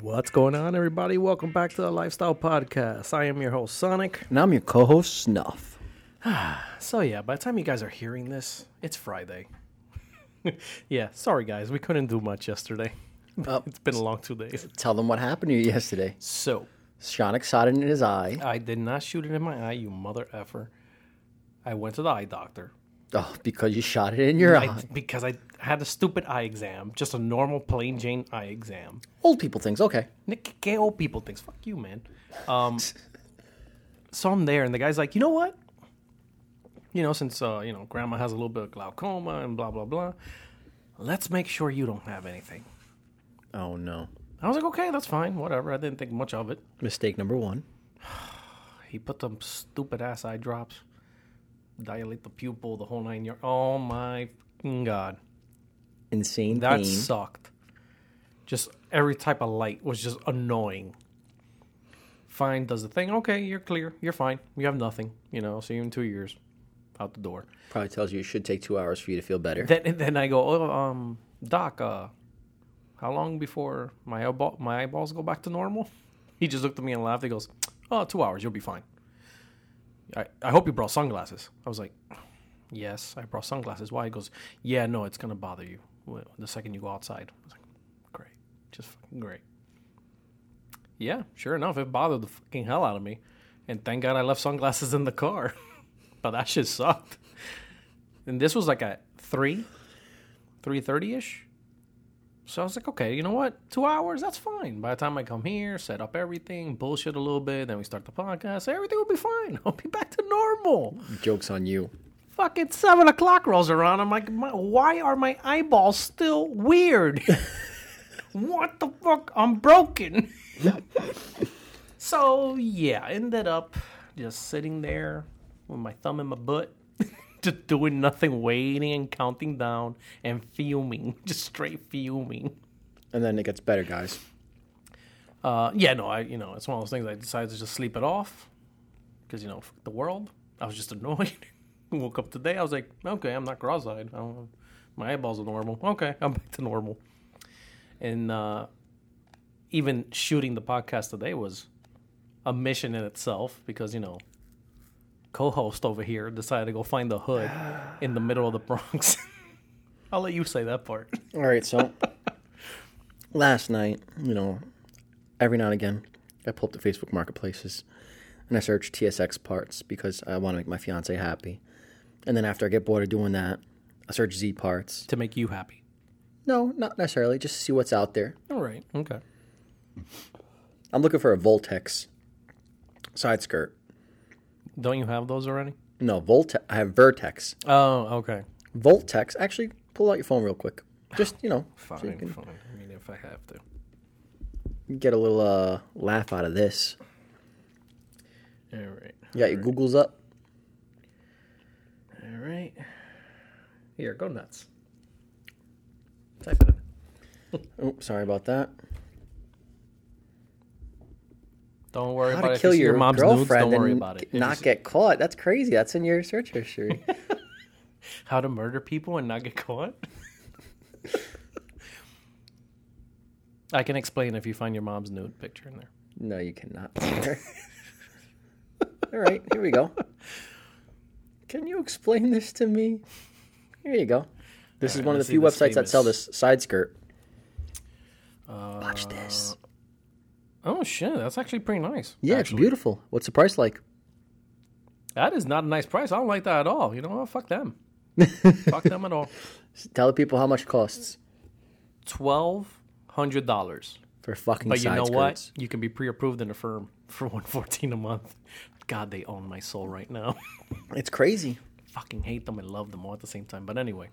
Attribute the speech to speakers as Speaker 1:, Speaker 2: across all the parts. Speaker 1: What's going on, everybody? Welcome back to the Lifestyle Podcast. I am your host, Sonic.
Speaker 2: And I'm your co-host Snuff.
Speaker 1: So, yeah, by the time you guys are hearing this, it's Friday. yeah, sorry, guys. We couldn't do much yesterday. it's been a long two days.
Speaker 2: Tell them what happened to you yesterday.
Speaker 1: So,
Speaker 2: Sonic shot it in his eye.
Speaker 1: I did not shoot it in my eye, you mother effer. I went to the eye doctor
Speaker 2: Oh, because you shot it in your
Speaker 1: I,
Speaker 2: eye.
Speaker 1: because I had a stupid eye exam, just a normal, plain Jane eye exam.
Speaker 2: Old people things. Okay.
Speaker 1: Nick gay old people thinks. Fuck you, man. Um, so I'm there, and the guy's like, you know what? You know, since uh, you know grandma has a little bit of glaucoma and blah blah blah, let's make sure you don't have anything.
Speaker 2: Oh no.
Speaker 1: I was like, okay, that's fine, whatever. I didn't think much of it.
Speaker 2: Mistake number one.
Speaker 1: He put them stupid ass eye drops, dilate the pupil, the whole nine yards. Oh my fucking god,
Speaker 2: Insane
Speaker 1: that
Speaker 2: pain.
Speaker 1: sucked. Just every type of light was just annoying. Fine does the thing. Okay, you're clear. You're fine. You have nothing. You know, see you in two years. Out the door.
Speaker 2: Probably tells you it should take two hours for you to feel better.
Speaker 1: Then and then I go, oh, um, Doc, uh, how long before my eyeball my eyeballs go back to normal? He just looked at me and laughed. He goes, oh, two hours. You'll be fine. I, I hope you brought sunglasses. I was like, yes, I brought sunglasses. Why? He goes, yeah, no, it's gonna bother you wh- the second you go outside. I was like, great, just fucking great. Yeah, sure enough, it bothered the fucking hell out of me, and thank God I left sunglasses in the car. but that shit sucked. And this was like at three, three thirty ish. So I was like, okay, you know what? Two hours, that's fine. By the time I come here, set up everything, bullshit a little bit, then we start the podcast, everything will be fine. I'll be back to normal.
Speaker 2: Joke's on you.
Speaker 1: Fucking seven o'clock rolls around. I'm like, my, why are my eyeballs still weird? what the fuck? I'm broken. so yeah, ended up just sitting there with my thumb in my butt, just doing nothing, waiting and counting down and fuming, just straight fuming.
Speaker 2: And then it gets better, guys.
Speaker 1: Uh, yeah, no, I you know it's one of those things I decided to just sleep it off because you know fuck the world. I was just annoyed. Woke up today, I was like, okay, I'm not cross-eyed. I don't, my eyeballs are normal. Okay, I'm back to normal. And uh, even shooting the podcast today was a mission in itself because you know co-host over here decided to go find the hood in the middle of the Bronx. I'll let you say that part.
Speaker 2: All right, so last night, you know, every now and again, I pull up the Facebook marketplaces and I search TSX parts because I want to make my fiance happy. And then after I get bored of doing that, I search Z parts.
Speaker 1: to make you happy.
Speaker 2: No, not necessarily, just to see what's out there.
Speaker 1: All right. Okay.
Speaker 2: I'm looking for a Voltex side skirt.
Speaker 1: Don't you have those already?
Speaker 2: No, Voltex. I have Vertex.
Speaker 1: Oh, okay.
Speaker 2: Voltex. Actually, pull out your phone real quick. Just, you know,
Speaker 1: Fine,
Speaker 2: so you can
Speaker 1: fine. I mean, if I have to.
Speaker 2: get a little uh, laugh out of this.
Speaker 1: All right.
Speaker 2: You got your Googles up?
Speaker 1: All right. Here, go nuts. Type it in.
Speaker 2: Oh, sorry about that.
Speaker 1: Don't worry
Speaker 2: How
Speaker 1: about
Speaker 2: to
Speaker 1: it.
Speaker 2: kill
Speaker 1: if you see
Speaker 2: your,
Speaker 1: your mom's nudes,
Speaker 2: girlfriend
Speaker 1: don't worry
Speaker 2: and
Speaker 1: about it. If you
Speaker 2: not
Speaker 1: see-
Speaker 2: get caught. That's crazy. That's in your search history.
Speaker 1: How to murder people and not get caught? I can explain if you find your mom's nude picture in there.
Speaker 2: no, you cannot. All right, here we go. Can you explain this to me? Here you go. This is
Speaker 1: right,
Speaker 2: one of
Speaker 1: let's see
Speaker 2: the few
Speaker 1: this
Speaker 2: websites that sell
Speaker 1: famous-
Speaker 2: this side skirt. Watch this.
Speaker 1: Oh shit, that's actually pretty nice.
Speaker 2: Yeah,
Speaker 1: actually.
Speaker 2: it's beautiful. What's the price like?
Speaker 1: that is not a nice price. I don't like that at all. You know what? Fuck them. Fuck them at all.
Speaker 2: Tell the people how much it costs
Speaker 1: Twelve hundred dollars.
Speaker 2: for fucking
Speaker 1: But you
Speaker 2: side
Speaker 1: know
Speaker 2: skirts.
Speaker 1: what? You can be pre-approved in a firm for one fourteen a month. God, they own my soul right now.
Speaker 2: It's crazy,
Speaker 1: Fucking hate them and love them all at the same time. But anyway,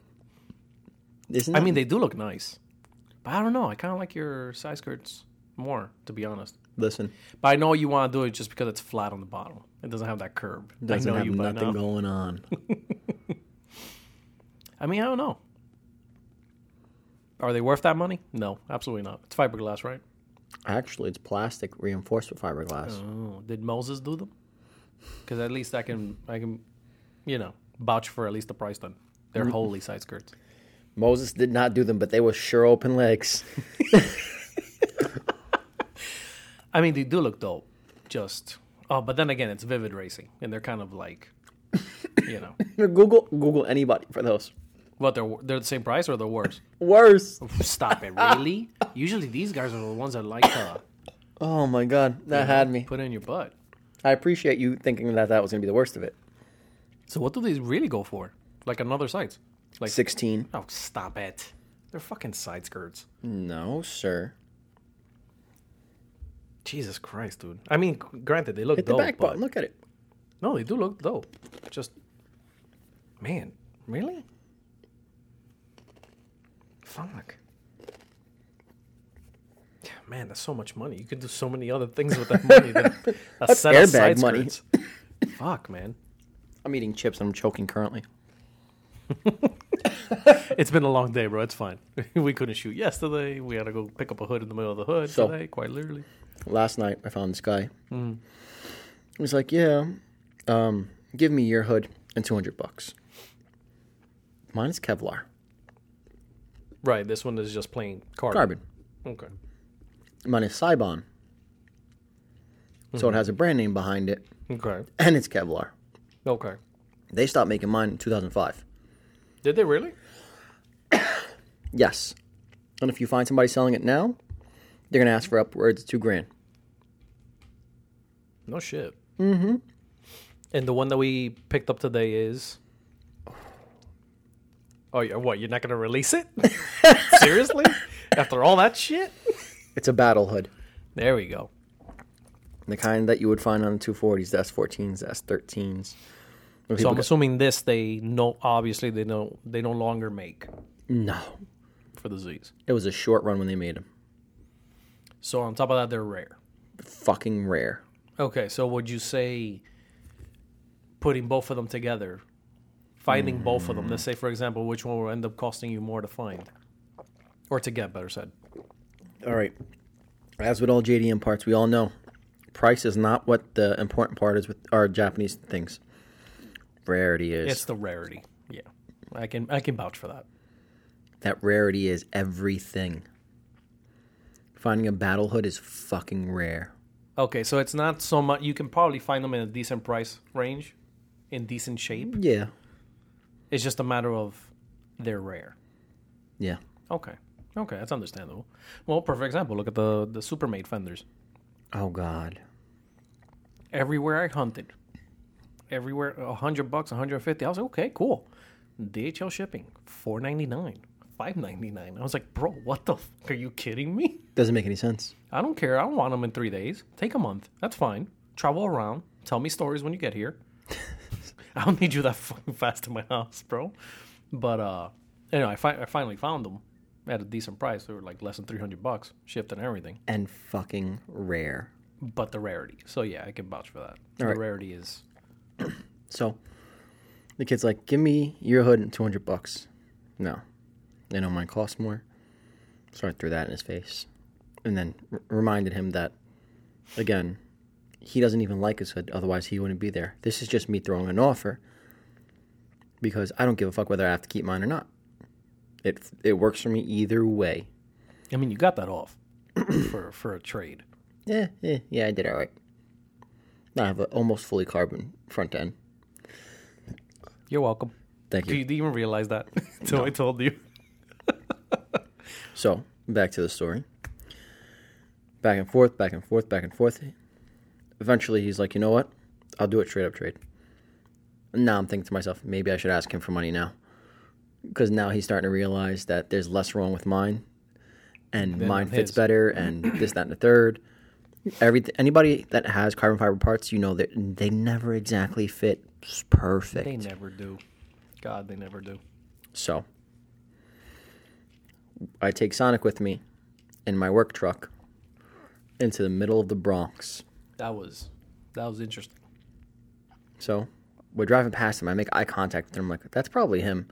Speaker 2: isn't
Speaker 1: I
Speaker 2: it?
Speaker 1: mean they do look nice, but I don't know. I kind of like your side skirts more, to be honest.
Speaker 2: Listen,
Speaker 1: But I know you want to do it just because it's flat on the bottom. It doesn't have that curve.
Speaker 2: doesn't
Speaker 1: I know
Speaker 2: have
Speaker 1: you by
Speaker 2: nothing
Speaker 1: now.
Speaker 2: going on.
Speaker 1: I mean, I don't know. Are they worth that money? No, absolutely not. It's fiberglass, right?
Speaker 2: Actually, it's plastic reinforced with fiberglass.
Speaker 1: Oh, did Moses do them? Because at least I can, I can, you know, vouch for at least the price then. They're
Speaker 2: Mm-hmm.
Speaker 1: holy side skirts.
Speaker 2: Moses did not do them, but they were sure open legs.
Speaker 1: I mean, they do look dope. Just oh, but then again, it's Vivid Racing, and they're kind of like, you know,
Speaker 2: Google Google anybody for those.
Speaker 1: what they're they're the same price or they're worse.
Speaker 2: Worse.
Speaker 1: Stop it, really? Usually these guys are the ones that like to
Speaker 2: Oh my god, that had me.
Speaker 1: put in your butt.
Speaker 2: I appreciate you thinking that that was gonna be the worst of it.
Speaker 1: So what do they really go for? Like on other sites? Like
Speaker 2: Sixteen.
Speaker 1: oh, stop it. They're fucking side skirts.
Speaker 2: No, sir.
Speaker 1: Jesus Christ, dude. I mean, granted, they look
Speaker 2: Hit the
Speaker 1: dope.
Speaker 2: back
Speaker 1: but-
Speaker 2: button. Look at it.
Speaker 1: No, they do look dope. Just, man, really? Fuck. Yeah, Man, that's so much money. You could do so many other things with that money. Than a
Speaker 2: That's
Speaker 1: set of
Speaker 2: airbag
Speaker 1: side
Speaker 2: money.
Speaker 1: skirts. Fuck, man.
Speaker 2: I'm eating chips and I'm choking currently.
Speaker 1: It's been a long day, bro. It's fine. we couldn't shoot yesterday. We had to go pick up a hood in the middle of the hood
Speaker 2: So-
Speaker 1: today, quite literally.
Speaker 2: Last night I found this guy.
Speaker 1: Mm.
Speaker 2: He was like, "Yeah, um, give me your hood and two hundred bucks. Mine is Kevlar,
Speaker 1: Right, this one is just plain carbon.
Speaker 2: carbon.
Speaker 1: Okay.
Speaker 2: Mine is Cybon, so it has a brand name behind it,
Speaker 1: Okay.
Speaker 2: and it's Kevlar.
Speaker 1: Okay.
Speaker 2: They stopped making mine in 2005.
Speaker 1: Did they really?
Speaker 2: Yes, and if you find somebody selling it now, they're gonna ask for upwards of two grand.
Speaker 1: No shit. Mm-hmm. And the one that we picked up today is. Oh, yeah, what? You're not gonna release it? Seriously? After all that shit?
Speaker 2: It's a battle hood,
Speaker 1: There we go.
Speaker 2: the kind that you would find on 240s, the S14s, the S13s. When
Speaker 1: So
Speaker 2: people
Speaker 1: I'm
Speaker 2: go-
Speaker 1: assuming this they no obviously they no they no longer make
Speaker 2: no,
Speaker 1: for the Z's.
Speaker 2: it was a short run when they made them.
Speaker 1: So on top of that, they're rare.
Speaker 2: fucking rare.
Speaker 1: Okay, so would you say putting both of them together, finding both of them? Let's say, for example, which one will end up costing you more to find or to get, better said.
Speaker 2: All right. As with all JDM parts, we all know price is not what the important part is with our Japanese things. Rarity is.
Speaker 1: It's the rarity. Yeah, I can I can vouch for that.
Speaker 2: That rarity is everything. Finding a battle hood is fucking rare.
Speaker 1: Okay, so it's not so much. You can probably find them in a decent price range, in decent shape.
Speaker 2: Yeah.
Speaker 1: It's just a matter of they're rare.
Speaker 2: Yeah.
Speaker 1: Okay, okay, that's understandable. Well, perfect example. Look at the the supermade fenders.
Speaker 2: Oh, God.
Speaker 1: everywhere I hunted, everywhere a hundred bucks, one hundred fifty. I was like, okay, cool. DHL shipping, four ninety nine, five ninety nine. I was like, bro, what the? F- are you kidding me?
Speaker 2: Doesn't make any sense.
Speaker 1: I don't care. I don't want them in three days. Take a month. That's fine. Travel around. Tell me stories when you get here. I don't need you that fucking fast in my house, bro. But uh, you know, I, fi- I finally found them at a decent price. They were like less than three hundred bucks, shipped and everything.
Speaker 2: And fucking rare.
Speaker 1: But the rarity. So yeah, I can vouch for that. the
Speaker 2: right.
Speaker 1: rarity is
Speaker 2: So the kid's like, give me your hood and 200 bucks. No. They know mine costs more. So I threw that in his face. And then r- reminded him that, again, he doesn't even like his hood. Otherwise, he wouldn't be there. This is just me throwing an offer because I don't give a fuck whether I have to keep mine or not. It, it works for me either way.
Speaker 1: I mean, you got that off for for a trade.
Speaker 2: Yeah, yeah, yeah, I did all right. I have an almost fully carbon front end.
Speaker 1: You're welcome.
Speaker 2: Thank
Speaker 1: Do you, do you even realize that until I told you?
Speaker 2: So back to the story. Back and forth, back and forth, back and forth. Eventually, he's like, you know what? I'll do it straight up trade. Now I'm thinking to myself, maybe I should ask him for money now, because now he's starting to realize that there's less wrong with mine, and mine fits
Speaker 1: his.
Speaker 2: better, and this, that, and the third. Everything. Anybody that has carbon fiber parts, you know that they never exactly fit perfect.
Speaker 1: They never do. God, they never do.
Speaker 2: So I take Sonic with me in my work truck into the middle of the Bronx.
Speaker 1: That was that was interesting.
Speaker 2: So we're driving past him. I make eye contact with him. I'm like, that's probably him.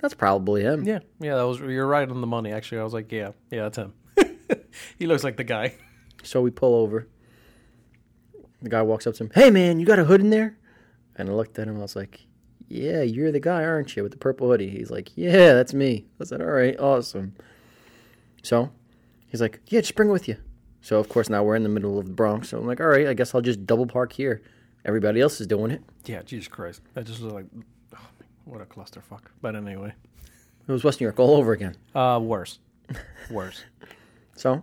Speaker 2: That's probably him.
Speaker 1: Yeah, yeah, that was. You're right on the money. Actually, I was like, yeah, yeah, that's him. he looks like the guy.
Speaker 2: So we pull over. The guy walks up to him. Hey, man, you got a hood in there? And I looked at him. I was like, Yeah, you're the guy, aren't you, with the purple hoodie? He's like, Yeah, that's me. I said, All right, awesome. So he's like, Yeah, just bring it with you. So of course now we're in the middle of the Bronx. So I'm like, all right, I guess I'll just double park here. Everybody else is doing it.
Speaker 1: Yeah, Jesus Christ. That just was like, oh, what a clusterfuck. But anyway,
Speaker 2: It was West New York all over again.
Speaker 1: uh, worse, worse.
Speaker 2: So,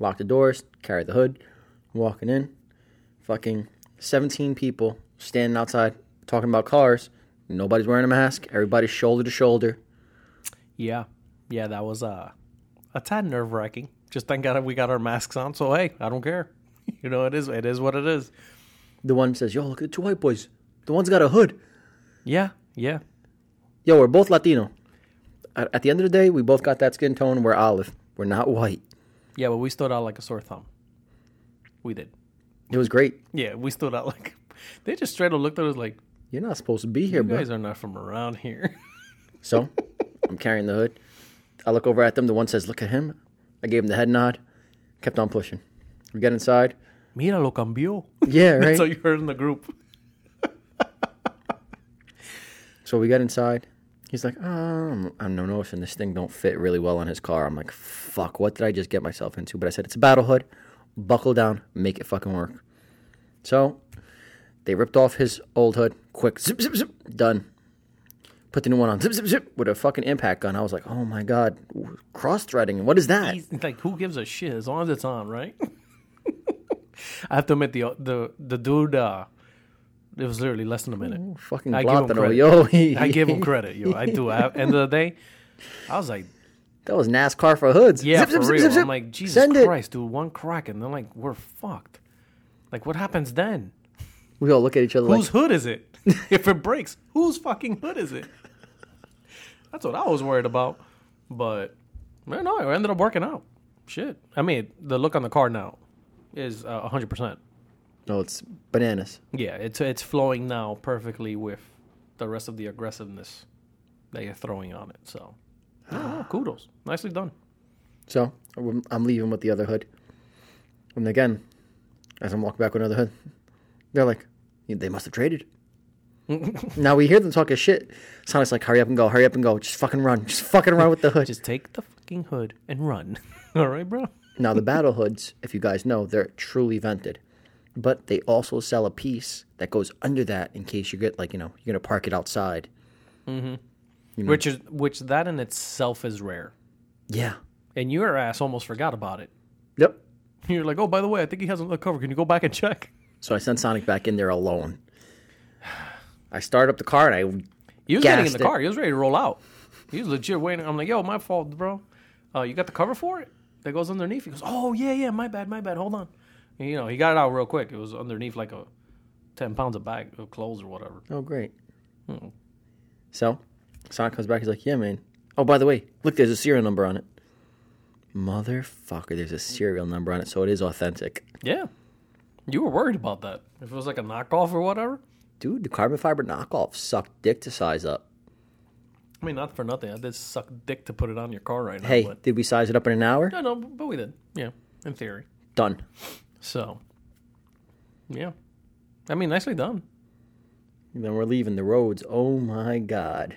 Speaker 2: lock the doors, carry the hood, walking in. Fucking 17 people standing outside talking about cars. Nobody's wearing a mask. Everybody's shoulder to shoulder.
Speaker 1: Yeah, yeah, that was uh, a tad nerve wracking. Just thank God we got our masks on. So hey, I don't care. You know, it is it is what it is.
Speaker 2: The one says, Yo, look at the two white boys. The one's got a hood.
Speaker 1: Yeah, yeah,
Speaker 2: Yo, we're both Latino. At, at the end of the day, we both got that skin tone. We're olive. We're not white.
Speaker 1: yeah. But we stood out like a sore thumb. We did.
Speaker 2: It was great.
Speaker 1: Yeah, we stood out like they just straight up looked at us like
Speaker 2: You're not supposed to be here,
Speaker 1: you
Speaker 2: bro.
Speaker 1: guys are not from around here.
Speaker 2: So I'm carrying the hood. I look over at them. The one says, Look at him. I gave him the head nod. Kept on pushing. We get inside.
Speaker 1: Mira lo cambió.
Speaker 2: Yeah, right.
Speaker 1: So you heard in the group.
Speaker 2: So we got inside. He's like, um, I'm no noticing this thing don't fit really well on his car. I'm like, fuck, what did I just get myself into? But I said, it's a battle hood. Buckle down, make it fucking work. So they ripped off his old hood, quick, zip, zip, zip, done. Put the new one on, zip, zip, zip, with a fucking impact gun. I was like, oh my god, cross threading, what is that?
Speaker 1: He's, like, who gives a shit as long as it's on, right? I have to admit the the the dude. Uh, it was literally less than a minute.
Speaker 2: fucking
Speaker 1: I give him
Speaker 2: Glotano,
Speaker 1: credit.
Speaker 2: yo. he-
Speaker 1: I give him credit, yo. I do. I, end of the day, I was like,
Speaker 2: that was NASCAR for hoods.
Speaker 1: yeah,
Speaker 2: Zip,
Speaker 1: for
Speaker 2: zip, zip,
Speaker 1: real.
Speaker 2: zip, zip.
Speaker 1: I'm like, Jesus
Speaker 2: Send it.
Speaker 1: Christ, dude, one crack, and they're like, we're fucked. Like, what happens then?
Speaker 2: We all look at each other like,
Speaker 1: Whose hood is it? if it breaks, whose fucking hood is it? That's what I was worried about. But man, no, it ended up working out. Shit. I mean, the look on the car now is uh, 100%.
Speaker 2: no, it's bananas.
Speaker 1: Yeah, it's it's flowing now perfectly with the rest of the aggressiveness that you're throwing on it. So, yeah, no, kudos. Nicely done.
Speaker 2: So I'm I'm leaving with the other hood. And again, as I'm walking back with another hood, they're like, they must have traded. now we hear them talking shit. Sonic's like, hurry up and go, hurry up and go. Just fucking run. Just fucking run with the hood.
Speaker 1: Just take the fucking hood and run. All right, bro?
Speaker 2: now, the battle hoods, if you guys know, they're truly vented. But they also sell a piece that goes under that in case you get, like, you know, you're going to park it outside.
Speaker 1: Which is which that in itself is rare.
Speaker 2: Yeah.
Speaker 1: And your ass almost forgot about it.
Speaker 2: Yep.
Speaker 1: You're like, oh, by the way, I think he has another cover. Can you go back and check?
Speaker 2: So I send Sonic back in there alone. I start up the car and I.
Speaker 1: He was getting in
Speaker 2: Gassed
Speaker 1: the
Speaker 2: it.
Speaker 1: car. He was ready to roll out. He was legit waiting. I'm like, yo, my fault, bro. Uh, you got the cover for it that goes underneath. He goes, oh yeah, yeah, my bad, my bad. Hold on. And, you know, he got it out real quick. It was underneath like a ten pounds of bag of clothes or whatever.
Speaker 2: Oh, great.
Speaker 1: Hmm.
Speaker 2: So, Sonic comes back. He's like, "Yeah, man. Oh, by the way, look, there's a serial number on it. Motherfucker, there's a serial number on it, so it is authentic,
Speaker 1: Yeah, you were worried about that. If it was like a knockoff or whatever.
Speaker 2: dude. The carbon fiber knockoff sucked dick to size up.
Speaker 1: I mean, not for nothing. I did suck dick to put it on your car right now.
Speaker 2: Hey,
Speaker 1: but,
Speaker 2: did we size it up in an hour?
Speaker 1: no, no, but we did. Yeah, in theory.
Speaker 2: Done.
Speaker 1: So, yeah, I mean, nicely done.
Speaker 2: And then we're leaving the roads. Oh my god.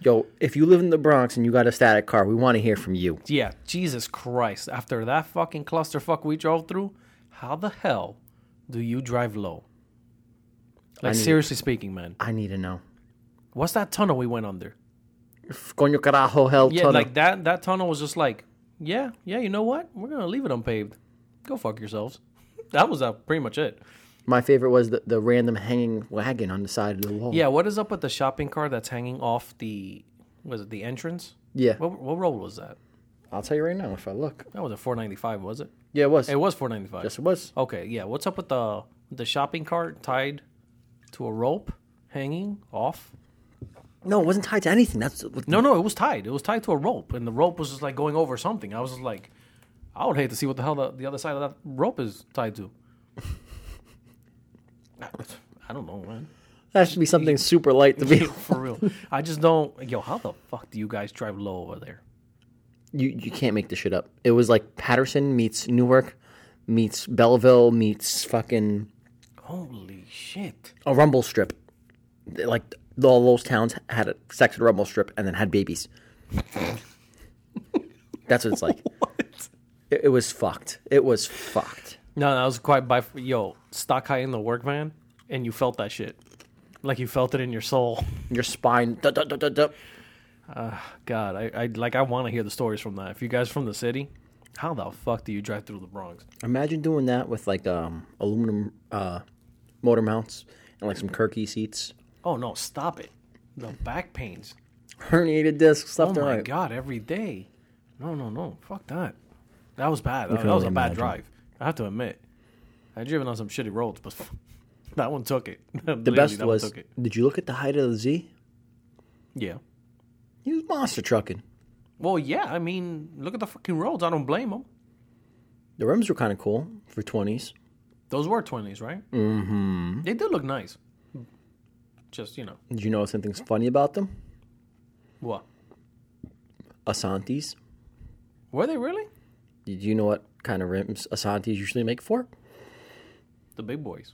Speaker 2: Yo, if you live in the Bronx and you got a static car, we want to hear from you.
Speaker 1: Yeah, Jesus Christ. After that fucking clusterfuck we drove through, how the hell do you drive low? Like, seriously speaking, man.
Speaker 2: I need to know.
Speaker 1: What's that tunnel we went under?
Speaker 2: Coño carajo, hell
Speaker 1: Yeah,
Speaker 2: tunnel.
Speaker 1: like that, that tunnel was just like, yeah, yeah, you know what? We're going to leave it unpaved. Go fuck yourselves. That was uh, pretty much it.
Speaker 2: My favorite was the, the random hanging wagon on the side of the wall.
Speaker 1: Yeah, what is up with the shopping cart that's hanging off the, was it the entrance?
Speaker 2: Yeah.
Speaker 1: What, what road was that?
Speaker 2: I'll tell you right now if I look.
Speaker 1: That was a 495, was it?
Speaker 2: Yeah, it was.
Speaker 1: It was 495.
Speaker 2: Yes, it was.
Speaker 1: Okay, yeah. What's up with the the shopping cart tied to a rope hanging off?
Speaker 2: No, it wasn't tied to anything. That's
Speaker 1: No, no, it was tied. It was tied to a rope, and the rope was just like going over something. I was just like, I would hate to see what the hell the, the other side of that rope is tied to. I, I don't know, man.
Speaker 2: that should be something super light to be.
Speaker 1: For real, I just don't. Yo, how the fuck do you guys drive low over there?
Speaker 2: you you can't make this shit up. It was like Patterson meets Newark, meets Belleville, meets fucking
Speaker 1: Holy shit!
Speaker 2: a rumble strip. They- Like all those towns had a section rumble strip and then had babies. That's what it's like.
Speaker 1: What?
Speaker 2: It, it was fucked. It was fucked.
Speaker 1: No, that was quite by yo stock high in the work van, and you felt that shit, like you felt it in your soul.
Speaker 2: Your spine. duh, duh, duh, duh, duh.
Speaker 1: God, I, I like I want to hear the stories from that. If you guys from the city, how the fuck do you drive through the Bronx?
Speaker 2: Imagine doing that with like um, aluminum uh, motor mounts and like some Kirky seats,
Speaker 1: Oh no, stop it! The back pains.
Speaker 2: herniated discs
Speaker 1: Oh
Speaker 2: left
Speaker 1: my
Speaker 2: and right.
Speaker 1: god, every day. No, no, no. Fuck that. That was bad. That,
Speaker 2: can
Speaker 1: that was a
Speaker 2: only
Speaker 1: bad
Speaker 2: imagine.
Speaker 1: drive. I have to admit. I driven on some shitty roads, but that one took it.
Speaker 2: The best was. Did you look at the height of the Z?
Speaker 1: Yeah.
Speaker 2: He was monster trucking.
Speaker 1: Well, yeah. I mean, look at the fucking roads. I don't blame them.
Speaker 2: The rims were kind of cool for twenties.
Speaker 1: Those were twenties, right? Mm-hmm. They did look nice. Just you know
Speaker 2: Did you know something's funny about them?
Speaker 1: what?
Speaker 2: Asantes.
Speaker 1: Were they really
Speaker 2: Did you know what kind of rims Asantes usually make for?
Speaker 1: the big boys?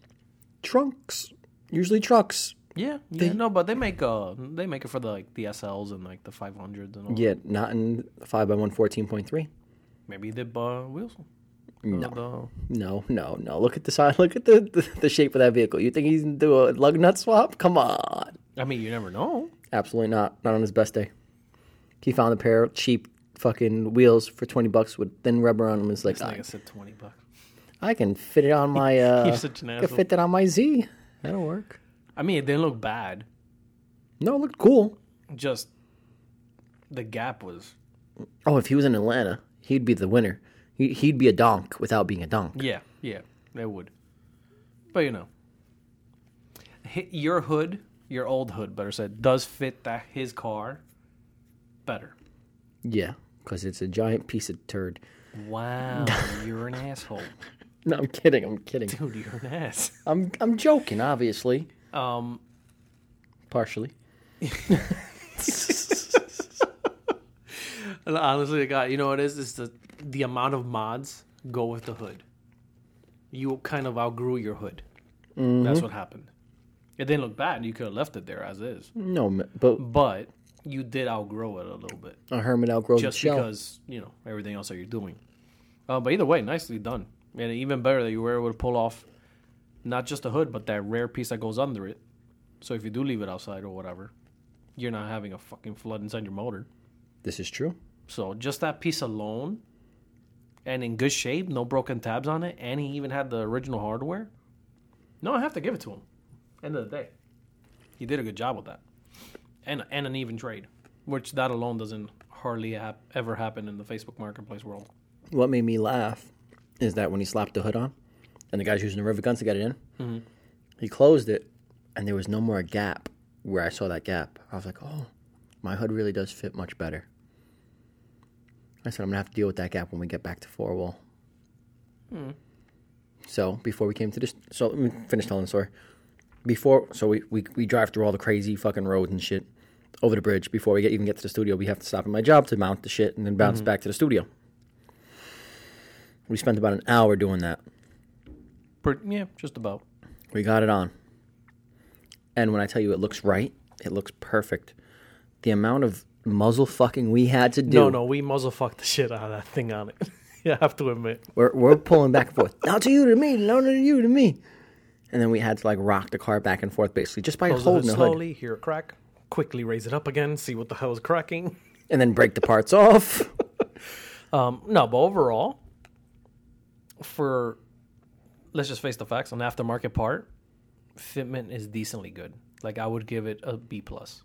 Speaker 2: Trunks. Usually trucks.
Speaker 1: Yeah, yeah. no, but they make uh they make it for the like the SLs and like the 500s and all.
Speaker 2: Yeah, not in five by one fourteen point three.
Speaker 1: Maybe they uh, wheels.
Speaker 2: No.
Speaker 1: The-
Speaker 2: No, no, no. Look at the size. Look at the, the, the shape of that vehicle. You think he's gonna do a lug nut swap? Come on.
Speaker 1: I mean, you never know.
Speaker 2: Absolutely not. Not on his best day. He found a pair of cheap fucking wheels for twenty bucks with thin rubber on them. It's like
Speaker 1: This
Speaker 2: I,
Speaker 1: nigga said twenty bucks.
Speaker 2: I can fit it on my. Uh,
Speaker 1: You're such an
Speaker 2: I can
Speaker 1: asshole.
Speaker 2: fit that on my Z. That'll work.
Speaker 1: I mean, it didn't look bad.
Speaker 2: No, it looked cool.
Speaker 1: Just the gap was
Speaker 2: Oh, if he was in Atlanta, he'd be the winner. He, he'd be a donk without being a donk.
Speaker 1: yeah, yeah. They would, but you know, hi- your hood, your old hood, better said, does fit that his car better.
Speaker 2: Yeah, because it's a giant piece of turd.
Speaker 1: Wow, you're an asshole,
Speaker 2: No, I'm kidding. I'm kidding.
Speaker 1: dude. You're an ass.
Speaker 2: I'm I'm joking, obviously,
Speaker 1: Um,
Speaker 2: partially.
Speaker 1: And Honestly, to God, you know what it is? It's the the amount of mods go with the hood. You kind of outgrew your hood. That's what happened. It didn't look bad. You could have left it there as is,
Speaker 2: No, m- but
Speaker 1: but you did outgrow it a little bit,
Speaker 2: a hermit outgrows its
Speaker 1: just
Speaker 2: shell.
Speaker 1: because you know everything else that you're doing. Uh, but either way, nicely done, and even better that you were able to pull off not just the hood, but that rare piece that goes under it. So if you do leave it outside or whatever, you're not having a fucking flood inside your motor.
Speaker 2: This is true.
Speaker 1: So just that piece alone, and in good shape, no broken tabs on it, and he even had the original hardware. No, I have to give it to him. End of the day, he did a good job with that, and and an even trade, which that alone doesn't hardly hap- ever happen in the Facebook Marketplace world.
Speaker 2: What made me laugh is that when he slapped the hood on, and the guy's using the river guns to get it in, he closed it, and there was no more gap where I saw that gap. I was like, oh, my hood really does fit much better. I said, I'm gonna have to deal with that gap when we get back to four wall. So before we came to this, so let me finish telling the story. Before, so we, we we drive through all the crazy fucking roads and shit over the bridge. Before we get, even get to the studio, we have to stop at my job to mount the shit and then bounce back to the studio. We spent about an hour doing that.
Speaker 1: Per- yeah, just about.
Speaker 2: We got it on. And when I tell you it looks right, it looks perfect. The amount of muzzle fucking we had to do.
Speaker 1: No, no, we muzzle fucked the shit out of that thing on it. yeah, I have to admit.
Speaker 2: We're, we're pulling back and forth. Now to you, to me. Now to you, to me. And then we had to like rock the car back and forth basically just by
Speaker 1: Close the hood
Speaker 2: holding the hood.
Speaker 1: slowly, hear a crack, quickly raise it up again, see what the hell is cracking.
Speaker 2: And then break the parts off.
Speaker 1: Um, no, but overall, for let's just face the facts on the aftermarket part, fitment is decently good. Like I would give it a B plus.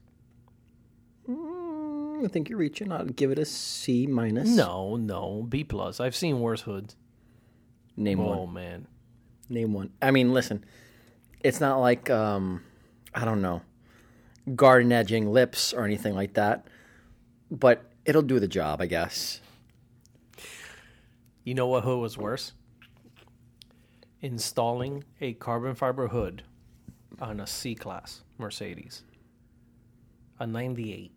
Speaker 2: Mm, I think you're reaching. I'd give it a C minus.
Speaker 1: No, no, B plus. I've seen worse hoods.
Speaker 2: Name one.
Speaker 1: Oh man,
Speaker 2: Name one. I mean, listen, it's not like um, I don't know, garden edging lips or anything like that, but it'll do the job, I guess.
Speaker 1: you know what hood was worse? Installing a carbon fiber hood on a C class Mercedes, a '98.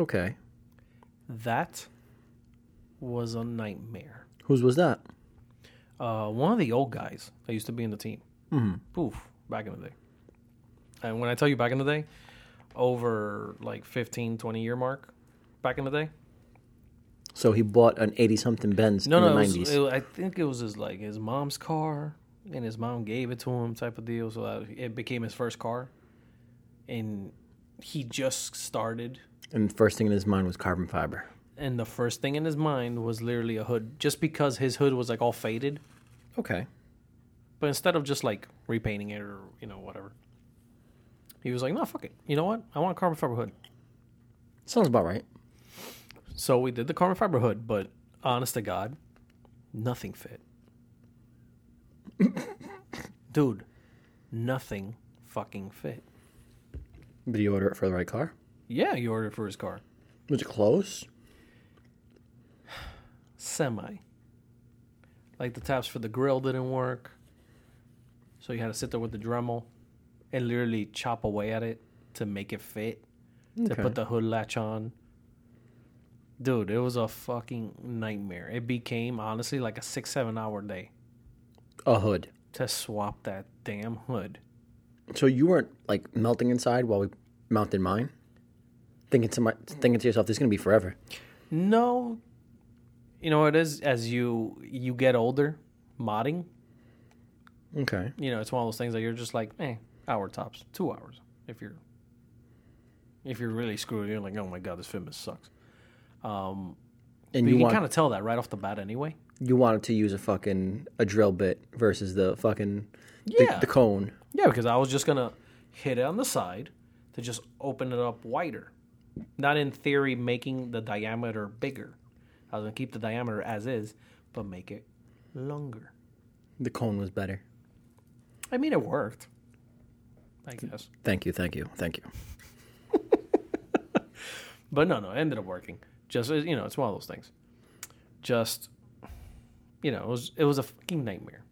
Speaker 2: Okay.
Speaker 1: That was a nightmare.
Speaker 2: Whose was that?
Speaker 1: uh, one of the old guys that used to be in the team.
Speaker 2: Mm-hmm.
Speaker 1: Poof, back in the day. And when I tell you back in the day, over like 15, 20 year mark, back in the day,
Speaker 2: So he bought an eighty something Benz
Speaker 1: No,
Speaker 2: in
Speaker 1: no,
Speaker 2: the
Speaker 1: it was,
Speaker 2: nineties.
Speaker 1: it- I think it was his like his mom's car, and his mom gave it to him, type of deal. So uh, it became his first car, and he just started.
Speaker 2: And the first thing in his mind was carbon fiber.
Speaker 1: And the first thing in his mind was literally a hood, just because his hood was like all faded.
Speaker 2: Okay.
Speaker 1: But instead of just like repainting it or you know whatever, he was like, "No, fuck it. You know what? I want a carbon fiber hood."
Speaker 2: Sounds about right.
Speaker 1: So we did the carbon fiber hood, but honest to God, nothing fit. Dude, nothing fucking fit.
Speaker 2: Did you order it for the right car?
Speaker 1: Yeah, you ordered for his car.
Speaker 2: Was it close?
Speaker 1: Semi. Like the taps for the grill didn't work. So you had to sit there with the Dremel and literally chop away at it to make it fit. To
Speaker 2: Okay.
Speaker 1: put the hood latch on. Dude, it was a fucking nightmare. It became honestly like a six, seven hour day.
Speaker 2: A hood.
Speaker 1: to swap that damn hood.
Speaker 2: So you weren't like melting inside while we mounted mine, thinking to my, thinking to yourself, "This is gonna be forever."
Speaker 1: No, you know what it is. As you you get older, modding,
Speaker 2: Okay.
Speaker 1: you know, it's one of those things that you're just like, eh, hour tops, two hours. If you're if you're really screwed, you're like, oh my god, this fitness sucks. Um,
Speaker 2: And
Speaker 1: but you
Speaker 2: you
Speaker 1: can
Speaker 2: want
Speaker 1: kind of tell that right off the bat, anyway.
Speaker 2: you wanted to use a fucking a drill bit versus the fucking the-
Speaker 1: Yeah.
Speaker 2: the, cone.
Speaker 1: Yeah, because I was just gonna hit it on the side to just open it up wider, not in theory making the diameter bigger. I was gonna keep the diameter as is, but make it longer.
Speaker 2: The cone was better.
Speaker 1: I mean, it worked. I guess.
Speaker 2: Thank you, thank you, thank you.
Speaker 1: But no, no, it ended up working. Just uh, you know, it's one of those things. Just you know, it was it was a fucking nightmare.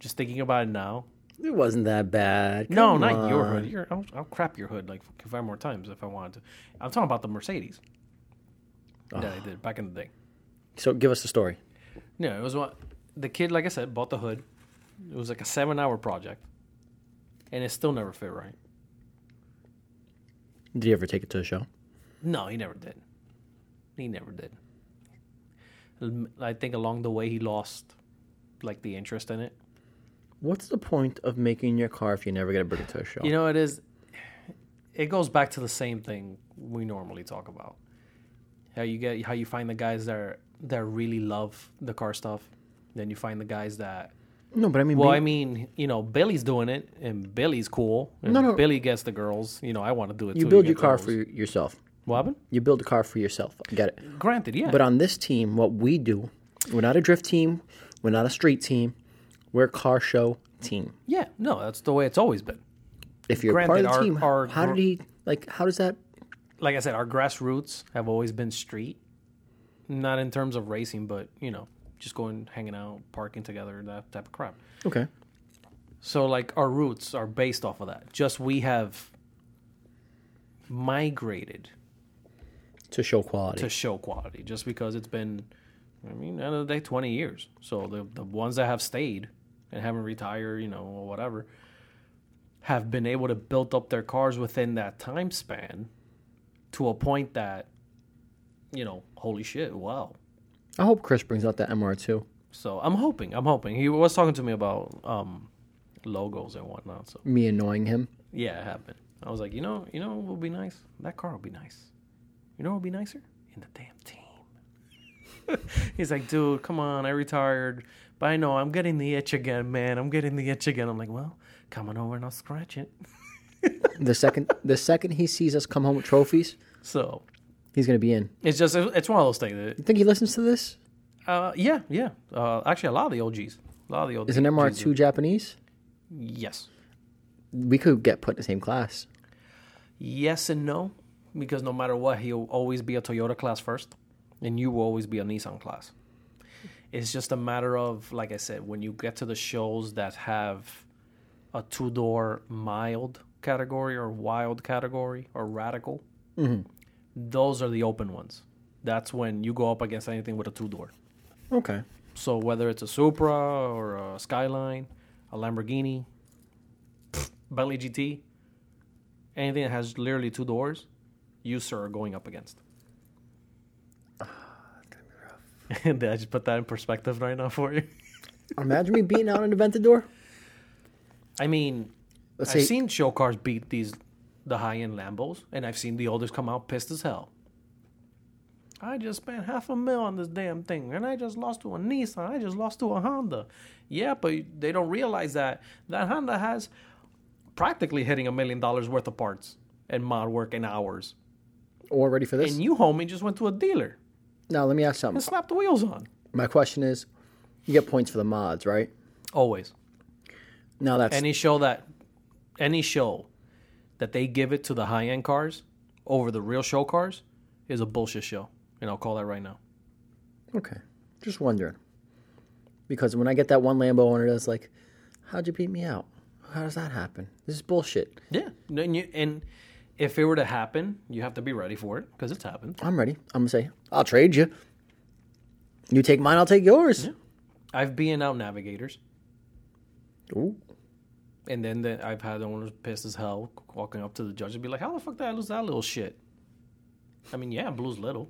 Speaker 1: Just thinking about it now.
Speaker 2: It wasn't that bad.
Speaker 1: No,
Speaker 2: Come
Speaker 1: not your hood.
Speaker 2: on.
Speaker 1: Your, I'll, I'll crap your hood like fucking five more times if I wanted to. I'm talking about the Mercedes that I did back in the day.
Speaker 2: So give us the story.
Speaker 1: No, it was one. The kid, like I said, bought the hood. It was like a seven-hour project, and it still never fit right.
Speaker 2: Did you ever take it to a show?
Speaker 1: No, he never did. He never did. Um, I think along the way he lost like the interest in it.
Speaker 2: What's the point of making your car if you never get to bring it to a show?
Speaker 1: You know, it is. It goes back to the same thing we normally talk about. How you get, how you find the guys that are, that really love the car stuff, then you find the guys that.
Speaker 2: no, but I mean,
Speaker 1: Well,
Speaker 2: being-
Speaker 1: I mean, you know, Billy's doing it, and Billy's cool. And
Speaker 2: No, no.
Speaker 1: Billy gets the girls. You know, I want to do it. too.
Speaker 2: you build
Speaker 1: get
Speaker 2: your car
Speaker 1: girls.
Speaker 2: for y- yourself.
Speaker 1: What happened?
Speaker 2: You build a car for yourself. I get it.
Speaker 1: Granted, yeah.
Speaker 2: But on this team, what we do, we're not a drift team, we're not a street team, we're a car show team.
Speaker 1: yeah, no, that's the way it's always been.
Speaker 2: If you're a part of
Speaker 1: Granted,
Speaker 2: the
Speaker 1: our-
Speaker 2: team,
Speaker 1: our
Speaker 2: how
Speaker 1: gr-
Speaker 2: did he like? How does that?
Speaker 1: like I said, our grassroots have always been street, not in terms of racing, but you know, just going hanging out, parking together, that type of crap.
Speaker 2: Okay,
Speaker 1: So like our roots are based off of that. Just we have migrated
Speaker 2: to show quality.
Speaker 1: to show quality, just because it's been, I mean, end of the day, twenty years. So the the ones that have stayed and haven't retired, you know, or whatever, have been able to build up their cars within that time span, to a point that, you know, holy shit, wow,
Speaker 2: I hope Chris brings out that MR2.
Speaker 1: So I'm hoping. I'm hoping. He was talking to me about um, logos and whatnot. So
Speaker 2: Me annoying him.
Speaker 1: yeah, it happened. I was like, you know, you know, what will be nice. That car will be nice. You know, what will be nicer in the damn team. He's like, dude, come on. I retired, but I know I'm getting the itch again, man. I'm getting the itch again. I'm like, well, come on over and I'll scratch it.
Speaker 2: The second the second he sees us come home with trophies,
Speaker 1: So
Speaker 2: he's gonna be in.
Speaker 1: it's just it's one of those things.
Speaker 2: You think he listens to this?
Speaker 1: That, uh, yeah, yeah. Uh, actually, a lot of the OGs, a lot of the OGs.
Speaker 2: Is an MR2 Japanese?
Speaker 1: Yes.
Speaker 2: We could get put in the same class.
Speaker 1: Yes and no, because no matter what, he'll always be a Toyota class first, and you will always be a Nissan class. It's just a matter of, like I said, when you get to the shows that have a two door mild category or wild category or radical, those are the open ones. That's when you go up against anything with a two door.
Speaker 2: Okay.
Speaker 1: So whether it's a Supra or a Skyline, a Lamborghini, Bentley GT, anything that has literally two doors, you sir are going up against. And I just put that in perspective right now for you.
Speaker 2: Imagine me beating out an Aventador.
Speaker 1: I mean,
Speaker 2: Let's
Speaker 1: I've
Speaker 2: say
Speaker 1: seen show cars beat these the high end Lambos, and I've seen the olders come out pissed as hell. I just spent half a mil on this damn thing, and I just lost to a Nissan. I just lost to a Honda. Yeah, but they don't realize that that Honda has practically hitting a million dollars worth of parts and mod work and hours.
Speaker 2: or ready for this.
Speaker 1: And you, homie, just went to a dealer
Speaker 2: Now let me ask
Speaker 1: and
Speaker 2: something.
Speaker 1: slapped the wheels on.
Speaker 2: My question is, you get points for the mods, right?
Speaker 1: Always.
Speaker 2: Now that's
Speaker 1: any show that any show that they give it to the high end cars over the real show cars is a bullshit show. And I'll call that right now.
Speaker 2: okay. Just wondering, because when I get that one Lambo owner that's like, "How'd you beat me out? How does that happen? This is bullshit."
Speaker 1: Yeah. And, you, and if it were to happen, you have to be ready for it because it's happened.
Speaker 2: I'm ready. I'm gonna say, "I'll trade you. You take mine. I'll take yours."
Speaker 1: I've been out navigators,
Speaker 2: Ooh.
Speaker 1: and then the, I've had owners pissed as hell walking up to the judge and be like, "How the fuck did I lose that little shit?" I mean, yeah, blue's little,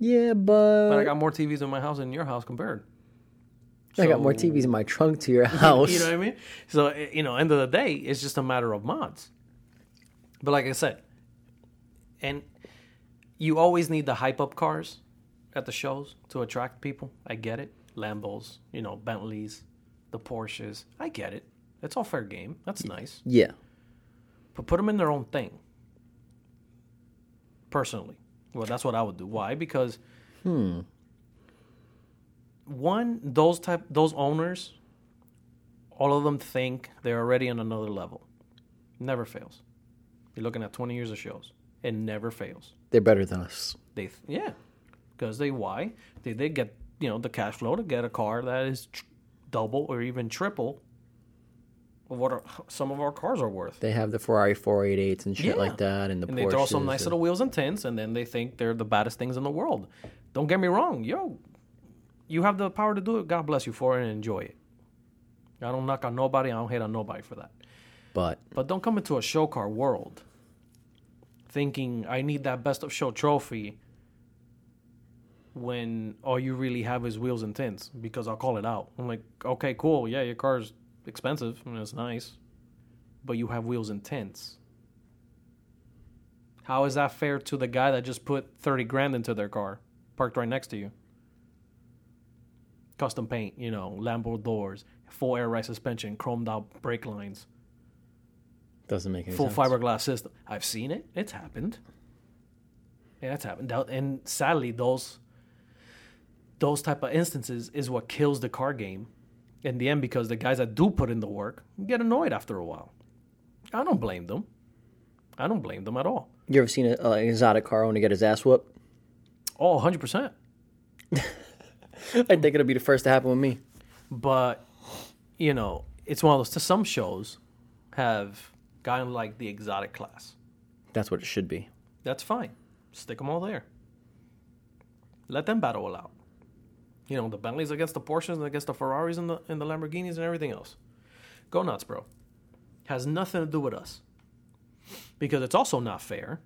Speaker 2: Yeah, but,
Speaker 1: but I got more TVs in my house than your house compared.
Speaker 2: I got more
Speaker 1: So-
Speaker 2: TVs in my trunk to your house.
Speaker 1: You know what I mean? So eh, you know, end of the day, it's just a matter of mods. But like I said, and you always need the hype up cars at the shows to attract people. I get it. Lambos, you know, Bentleys, the Porsches. I get it. That's all fair game. That's nice.
Speaker 2: yeah.
Speaker 1: But put them in their own thing. Personally, well, that's what I would do. Why? Because one, those type, those owners, all of them think they're already on another level. Never fails. You're looking at 20 years of shows. It never fails.
Speaker 2: They're better than us.
Speaker 1: They th- yeah, because they why they they get you know the cash flow to get a car that is tr- double or even triple of what are, some of our cars are worth.
Speaker 2: They have the Ferrari 488s and shit
Speaker 1: Yeah.
Speaker 2: like that, and the
Speaker 1: and
Speaker 2: Porsches.
Speaker 1: they throw some nice
Speaker 2: and-
Speaker 1: little wheels and tints, and then they think they're the baddest things in the world. Don't get me wrong, yo, you have the power to do it. God bless you for it and enjoy it. I don't knock on nobody. I don't hate on nobody for that.
Speaker 2: but
Speaker 1: But don't come into a show car world thinking I need that best of show trophy when all you really have is wheels and tints because I'll call it out. I'm like, okay, cool. Yeah, your car's expensive and it's nice, but you have wheels and tints. How is that fair to the guy that just put 30 grand into their car parked right next to you? Custom paint, you know, Lambo doors, full air ride suspension, chromed out brake lines
Speaker 2: doesn't make any
Speaker 1: full
Speaker 2: sense.
Speaker 1: fiberglass system. I've seen it. It's happened. Yeah, it's happened. That- And sadly, those those type of instances is what kills the car game in the end because the guys that do put in the work get annoyed after a while. I don't blame them. I don't blame them at all.
Speaker 2: You ever seen a, uh, an exotic car owner get his ass whooped?
Speaker 1: Oh, 100%.
Speaker 2: I think it'll be the first to happen with me.
Speaker 1: But, you know, it's one of those. Some shows have gotten like the exotic class.
Speaker 2: That's what it should be.
Speaker 1: That's fine. Stick them all there. Let them battle it out. You know, the Bentleys against the Porsches and against the Ferraris and the, and the Lamborghinis and everything else. Go nuts, bro. Has nothing to do with us. Because it's also not fair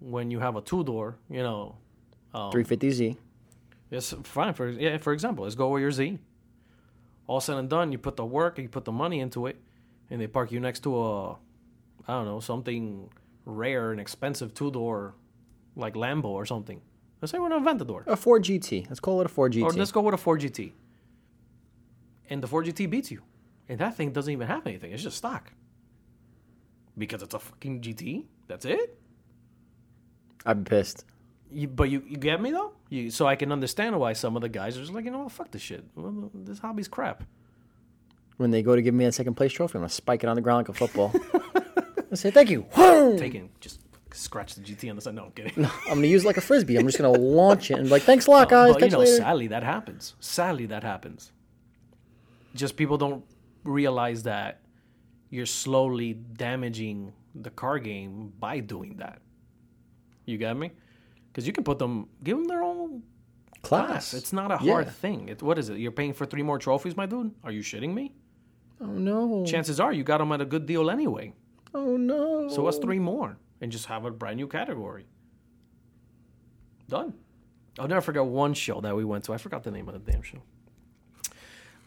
Speaker 1: when you have a two door, you know, Oh.
Speaker 2: 350Z.
Speaker 1: it's fine for yeah. For example, let's go with your Z. All said and done, you put the work, you put the money into it, and they park you next to a, I don't know, something rare and expensive two door, like Lambo or something. Let's say we're an Aventador,
Speaker 2: A 4GT. Let's call it a 4GT.
Speaker 1: or let's go with a 4GT. And the 4GT beats you, and that thing doesn't even have anything. It's just stock. Because it's a fucking GT. That's it.
Speaker 2: I'd be pissed.
Speaker 1: You, but you, you get me though, you, so I can understand why some of the guys are just like, you know what, fuck this shit. Well, this hobby's crap.
Speaker 2: When they go to give me that second place trophy, I'm going to spike it on the ground like a football. I say, thank you. Whoa!
Speaker 1: taking just scratch the GT on the side. No, I'm kidding.
Speaker 2: I'm going to use it like a frisbee. I'm just going to launch it and be like, thanks a lot, guys.
Speaker 1: but you
Speaker 2: Catch you
Speaker 1: know,
Speaker 2: later.
Speaker 1: sadly that happens. Sadly that happens. Just people don't realize that you're slowly damaging the car game by doing that. You got me? Because you can put them, give them their own class. It's not a hard
Speaker 2: Yeah.
Speaker 1: thing. It, what is it? You're paying for three more trophies, my dude? Are you shitting me?
Speaker 2: Oh, no.
Speaker 1: Chances are you got them at a good deal anyway.
Speaker 2: Oh, no.
Speaker 1: So what's three more? And just have a brand new category. Done. I'll never forget one show that we went to. I forgot the name of the damn show.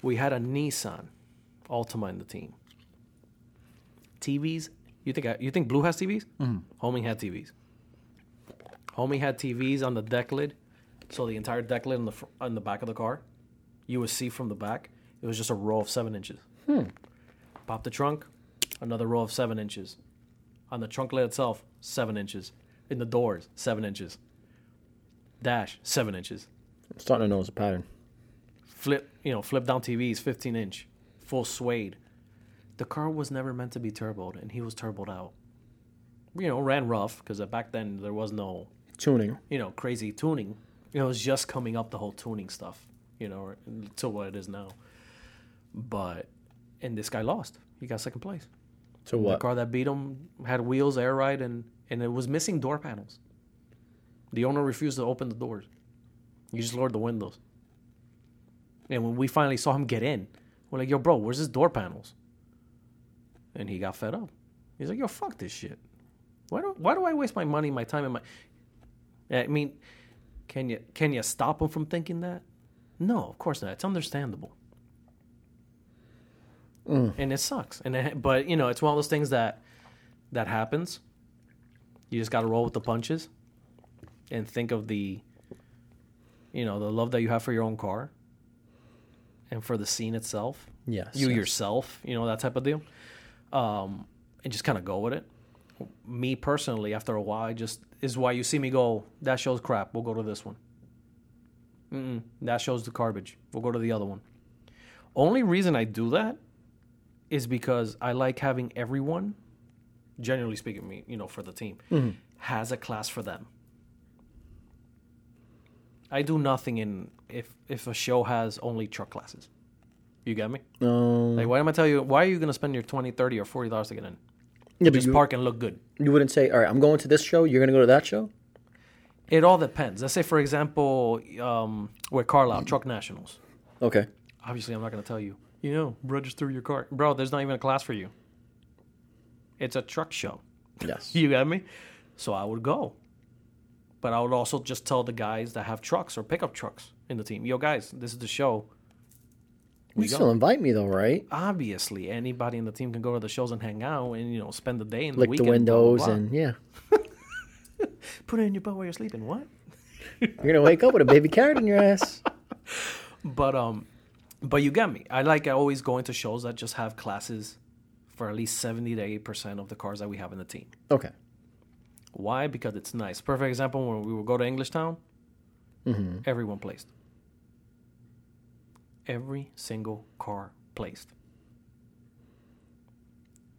Speaker 1: We had a Nissan Altima in the team. TVs. You think I, you think Blue has TVs? Mm. Homie had TVs. Homie had TVs on the deck lid, so the entire deck lid on the fr- on the back of the car, you would see from the back. It was just a row of seven inches. Pop the trunk, another row of seven inches. On the trunk lid itself, seven inches. In the doors, seven inches. Dash, seven inches.
Speaker 2: I'm starting to notice a pattern.
Speaker 1: Flip, you know, flip down TVs, 15 inch, full suede. The car was never meant to be turboed, and he was turboed out. You know, ran rough because back then there was no
Speaker 2: Tuning.
Speaker 1: you know, crazy tuning. You know, it was just coming up the whole tuning stuff, you know, or- to what it is now. But and this guy lost. He got second place.
Speaker 2: So
Speaker 1: The
Speaker 2: what?
Speaker 1: car that beat him had wheels, air ride, and and it was missing door panels. The owner refused to open the doors. He just lowered the windows. And when we finally saw him get in, we're like, "Yo, bro, where's his door panels?" And he got fed up. He's like, "Yo, fuck this shit. Why do why do I waste my money, my time, and my?" I mean, can you can you stop him from thinking that? No, of course not. It's understandable
Speaker 2: Mm.
Speaker 1: and it sucks. And it, but you know, it's one of those things that that happens. You just got to roll with the punches, and think of the, you know, the love that you have for your own car, and for the scene itself.
Speaker 2: Yes,
Speaker 1: you
Speaker 2: yes.
Speaker 1: yourself, you know that type of deal, um, and just kind of go with it. Me personally, after a while, I just is why you see me go. That show's crap. We'll go to this one. Mm-mm, that show's the garbage. We'll go to the other one. Only reason I do that is because I like having everyone, generally speaking, me you know, for the team, has a class for them. I do nothing in if if a show has only truck classes. You get me?
Speaker 2: Um,
Speaker 1: Like, why am I telling you? Why are you going to spend your 20 30 or forty dollars to get in?
Speaker 2: yeah, but
Speaker 1: Just
Speaker 2: you,
Speaker 1: park and look good.
Speaker 2: you wouldn't say, all right, I'm going to this show. You're going to go to that show.
Speaker 1: It all depends. Let's say, for example, um, with Carlisle Truck Nationals.
Speaker 2: Okay.
Speaker 1: Obviously, I'm not going to tell you. You know, register your car, bro. There's not even a class for you. It's a truck show.
Speaker 2: Yes.
Speaker 1: You got me? So I would go. But I would also just tell the guys that have trucks or pickup trucks in the team, yo, guys, this is the show.
Speaker 2: You still invite me though, right?
Speaker 1: Obviously, anybody in the team can go to the shows and hang out and, you know, spend the day in the
Speaker 2: Lick
Speaker 1: weekend.
Speaker 2: the
Speaker 1: blah, blah,
Speaker 2: windows
Speaker 1: blah.
Speaker 2: and yeah,
Speaker 1: put it in your butt while you're sleeping. What?
Speaker 2: you're gonna wake up with a baby carrot in your ass.
Speaker 1: But, um, but you get me. I like always going to shows that just have classes for at least 70 to 80% of the cars that we have in the team.
Speaker 2: Okay.
Speaker 1: Why? Because it's nice. Perfect example when we would go to English Town,
Speaker 2: Mm-hmm.
Speaker 1: everyone placed. Every single car placed.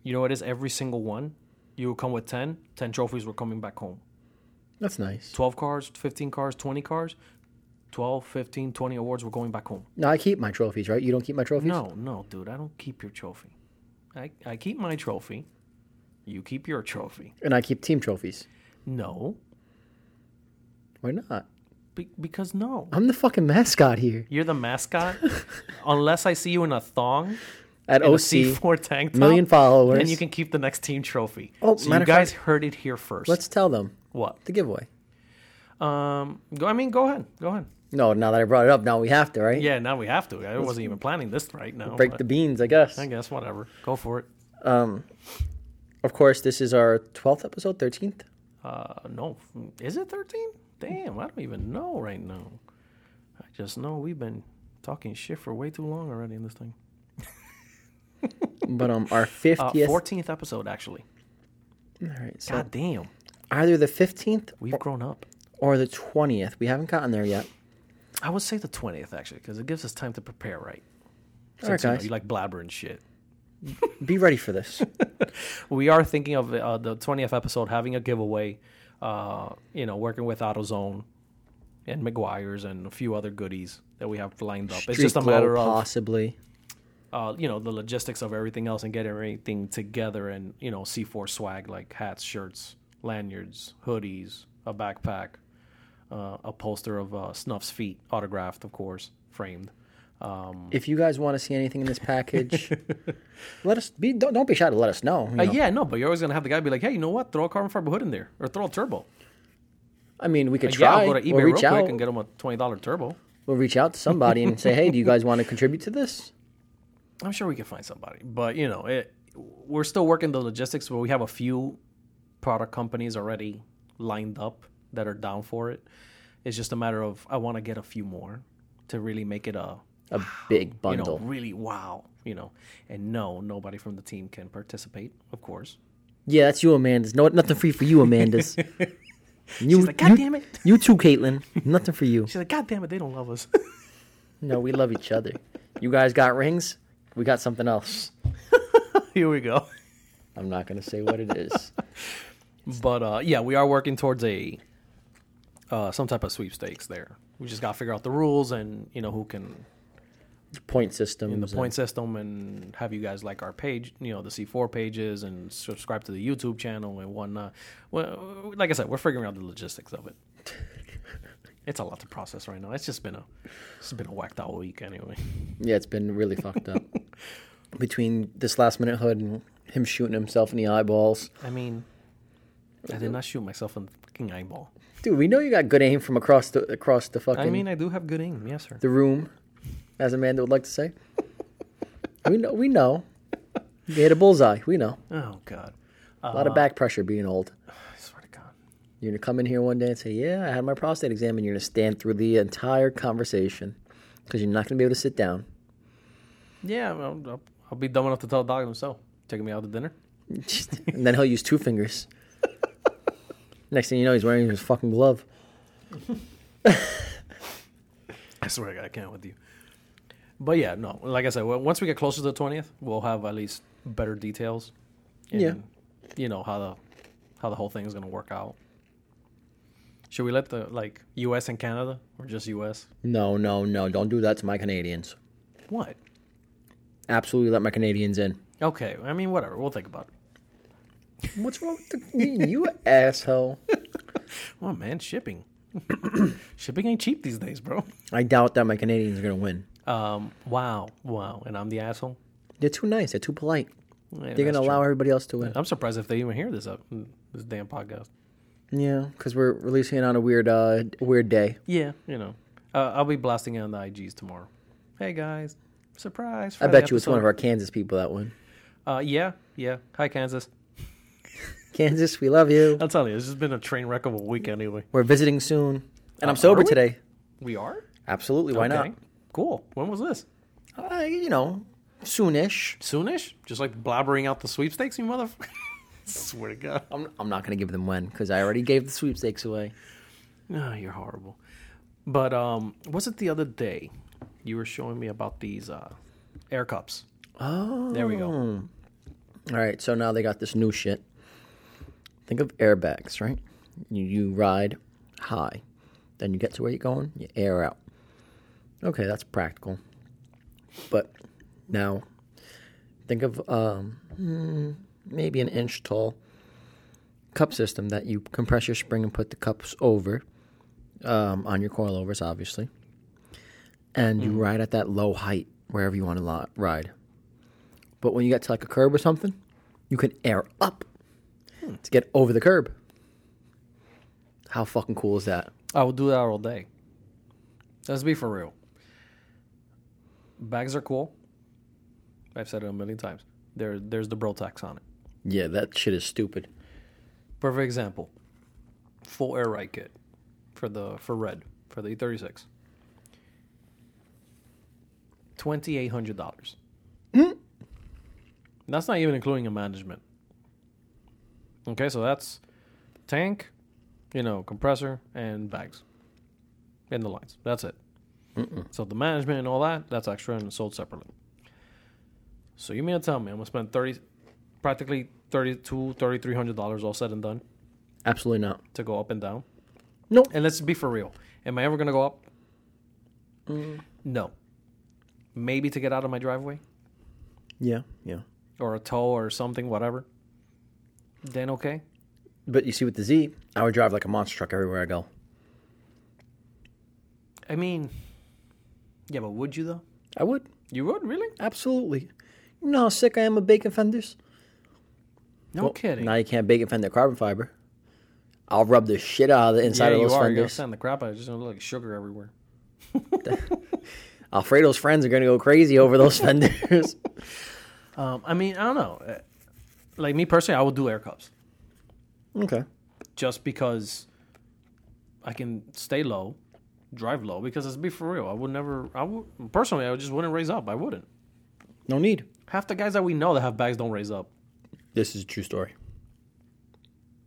Speaker 1: You know what it is? Every single one. You would come with 10, 10 trophies were coming back home.
Speaker 2: That's nice.
Speaker 1: 12 cars, 15 cars, 20 cars, 12, 15, 20 awards were going back home.
Speaker 2: No, I keep my trophies, right? You don't keep my trophies?
Speaker 1: No, no, dude, I don't keep your trophy. I, I keep my trophy. You keep your trophy.
Speaker 2: And I keep team trophies.
Speaker 1: No,
Speaker 2: Why not?
Speaker 1: be, because no.
Speaker 2: I'm the fucking mascot here
Speaker 1: You're the mascot, unless I see you in a thong
Speaker 2: at
Speaker 1: in a
Speaker 2: OC.
Speaker 1: C4 tank top.
Speaker 2: million followers.
Speaker 1: Then you can keep the next team trophy.
Speaker 2: Oh,
Speaker 1: so
Speaker 2: matter
Speaker 1: you
Speaker 2: of
Speaker 1: guys heard it here 1st
Speaker 2: Let's tell them
Speaker 1: what?
Speaker 2: the giveaway.
Speaker 1: Um, go. I mean, go ahead. Go ahead.
Speaker 2: No, now that I brought it up, now we have to, right?
Speaker 1: Yeah. Now we have to. I wasn't even planning this right now.
Speaker 2: Break
Speaker 1: but
Speaker 2: the beans, I guess. Um,
Speaker 1: I guess whatever. Go for it.
Speaker 2: Of course, this is our 12th episode, 13th.
Speaker 1: Uh, no, is it thirteen? Damn, I don't even know right now. I just know we've been talking shit for way too long already in this thing.
Speaker 2: But um, our
Speaker 1: Uh,
Speaker 2: 50th.
Speaker 1: Fourteenth episode actually.
Speaker 2: All right, so
Speaker 1: God damn,
Speaker 2: either the 15th
Speaker 1: we've grown up.
Speaker 2: or the 20th. We haven't gotten there yet.
Speaker 1: I would say the twentieth actually, because it gives us time to prepare, right?
Speaker 2: All right,
Speaker 1: Since, you know,
Speaker 2: guys.
Speaker 1: you like blabbering shit.
Speaker 2: Be ready for this.
Speaker 1: We are thinking of uh, the twentieth episode having a giveaway. Uh, you know, working with AutoZone and McGuire's and a few other goodies that we have lined up. it's just a
Speaker 2: Street Glow,
Speaker 1: matter of
Speaker 2: Possibly.
Speaker 1: uh, you know the logistics of everything else and getting everything together and you know C4 swag like hats, shirts, lanyards, hoodies, a backpack, uh, a poster of uh, Snuff's feet, autographed, of course, framed. Um,
Speaker 2: If you guys want to see anything in this package, let us be. Don't, don't be shy to let us know. you
Speaker 1: uh,
Speaker 2: know.
Speaker 1: yeah, no, but you're always gonna have the guy be like, hey, you know what? Throw a carbon fiber hood in there or throw a turbo.
Speaker 2: I mean, we could
Speaker 1: yeah,
Speaker 2: try.
Speaker 1: I'll go to eBay
Speaker 2: we'll
Speaker 1: real
Speaker 2: reach
Speaker 1: quick
Speaker 2: out.
Speaker 1: and get them a twenty dollar turbo.
Speaker 2: We'll reach out to somebody and say, "Hey, do you guys want to contribute to this?"
Speaker 1: I'm sure we can find somebody, but you know, it, we're still working the logistics. Where we have a few product companies already lined up that are down for it. It's just a matter of I want to get a few more to really make it a
Speaker 2: A big
Speaker 1: you know
Speaker 2: bundle.
Speaker 1: really wow you know. And no, nobody from the team can participate, of course.
Speaker 2: Yeah, that's you, Amanda's. No, nothing free for you, Amanda's. you,
Speaker 1: She's like, God
Speaker 2: you,
Speaker 1: damn it!
Speaker 2: you too, Caitlin. Nothing for you.
Speaker 1: She's like, God damn it! They don't love us.
Speaker 2: No, we love each other. You guys got rings. We got something else.
Speaker 1: Here we go.
Speaker 2: I'm not gonna say what it is.
Speaker 1: But uh, yeah, we are working towards a uh, some type of sweepstakes there. We just got to figure out the rules and you know who can
Speaker 2: Point system.
Speaker 1: the point system and have you guys like our page, you know, the C4 pages and subscribe to the YouTube channel and whatnot. Well, like I said, we're figuring out the logistics of it. It's a lot to process right now. It's just been a it's been a whacked out week anyway.
Speaker 2: Yeah, it's been really fucked up. Between this last minute hood and him shooting himself in the eyeballs.
Speaker 1: I mean, I did not shoot myself in the fucking eyeball.
Speaker 2: Dude, we know you got good aim from across the across the fucking
Speaker 1: I mean, I do have good aim, yes sir.
Speaker 2: the room, as Amanda would like to say. we know we know. You hit a bullseye, we know.
Speaker 1: Oh god. Uh,
Speaker 2: A
Speaker 1: Uh-huh.
Speaker 2: lot of back pressure being old.
Speaker 1: I swear to god.
Speaker 2: You're gonna come in here one day and say, "Yeah, I had my prostate exam," and you're gonna stand through the entire conversation because you're not gonna be able to sit down.
Speaker 1: Yeah, well, I'll, I'll be dumb enough to tell the dog himself. Taking me out to dinner.
Speaker 2: and then he'll use two fingers. Next thing you know, he's wearing his fucking glove.
Speaker 1: I swear to God, I can't with you. But yeah, no. Like I said, well, once we get closer to the twentieth, we'll have at least better details. and,
Speaker 2: Yeah.
Speaker 1: You know how the how the whole thing is going to work out. Should we let the like U.S. and Canada or just U.S.
Speaker 2: No, no, no! Don't do that to my Canadians.
Speaker 1: What?
Speaker 2: Absolutely, let my Canadians in.
Speaker 1: Okay. I mean, whatever. We'll think about it.
Speaker 2: What's wrong with the, you, asshole?
Speaker 1: Oh man, shipping. shipping ain't cheap these days, bro.
Speaker 2: I doubt that my Canadians are gonna win.
Speaker 1: Um. Wow. Wow. And I'm the asshole.
Speaker 2: They're too nice. They're too polite.
Speaker 1: Yeah,
Speaker 2: They're
Speaker 1: that's
Speaker 2: gonna
Speaker 1: true.
Speaker 2: allow everybody else to win.
Speaker 1: I'm surprised if they even hear this up this damn podcast.
Speaker 2: Yeah, because we're releasing it on a weird, uh, weird day.
Speaker 1: Yeah, you know, uh, I'll be blasting it on the IGs tomorrow. Hey guys, surprise!
Speaker 2: I bet you it's one of our Kansas people that won.
Speaker 1: our. Uh, yeah, yeah. Hi Kansas.
Speaker 2: Kansas, we love you.
Speaker 1: I'll tell you, it's just been a train wreck of a week anyway.
Speaker 2: We're visiting soon, and I'm
Speaker 1: Uh,
Speaker 2: sober
Speaker 1: are we?
Speaker 2: today.
Speaker 1: We are.
Speaker 2: Absolutely, why
Speaker 1: Okay. Cool. When was this?
Speaker 2: not? Uh, you know, soonish.
Speaker 1: Soonish. Just like blabbering out the sweepstakes, you motherfucker. Swear to God.
Speaker 2: I'm, I'm not going to give them when because I already gave the sweepstakes away.
Speaker 1: Oh, you're horrible. But um, was it the other day you were showing me about these uh, air cups?
Speaker 2: Oh.
Speaker 1: There we go.
Speaker 2: All right, so now they got this new shit. Think of airbags, right? You, you ride high, then you get to where you're going, you air out. Okay, that's practical. But now, think of um, mm, maybe an inch tall cup system that you compress your spring and put the cups over um, on your coilovers, obviously. And you ride at that low height wherever you want to li- ride. But when you get to like a curb or something, you can air up to get over the curb. How fucking cool is that?
Speaker 1: I will do that all day. Let's be for real. Bags are cool. I've said it a million times. There, there's the bro tax on it.
Speaker 2: Yeah, that shit is stupid.
Speaker 1: Perfect example. Full air ride kit for the for red for the E E36. Twenty eight hundred dollars. That's not even including a management. Okay, so that's tank, you know, compressor and bags, and the lines. That's it. So the management and all that that's extra and sold separately. So you mean to tell me I'm gonna spend thirty, practically thirty two, thirty three hundred dollars all said and done
Speaker 2: Absolutely not.
Speaker 1: to go up and down?
Speaker 2: Nope.
Speaker 1: And let's be for real. Am I ever going to go up? Mm. No. Maybe to get out of my driveway
Speaker 2: Yeah, yeah.
Speaker 1: or a tow or something, whatever. Then okay.
Speaker 2: But you see, with the Z, I would drive like a monster truck everywhere I go.
Speaker 1: I mean, yeah, but would you though?
Speaker 2: I would.
Speaker 1: You would really?
Speaker 2: Absolutely. You know how sick I am of bacon fenders?
Speaker 1: No
Speaker 2: Well,
Speaker 1: kidding.
Speaker 2: Now you can't bacon fend their carbon fiber. I'll rub the shit out of the inside
Speaker 1: yeah,
Speaker 2: of
Speaker 1: you
Speaker 2: those
Speaker 1: are. You're gonna
Speaker 2: fenders.
Speaker 1: send the crap out. It's just gonna look like sugar everywhere.
Speaker 2: Alfredo's friends are gonna go crazy over those fenders.
Speaker 1: Um, I mean, I don't know. Uh, Like me personally, I would do air cups
Speaker 2: okay.
Speaker 1: just because I can stay low, drive low. Because let's be for real, I would never. I would personally, I just wouldn't raise up. I wouldn't.
Speaker 2: No need.
Speaker 1: Half the guys that we know that have bags don't raise up.
Speaker 2: This is a true story.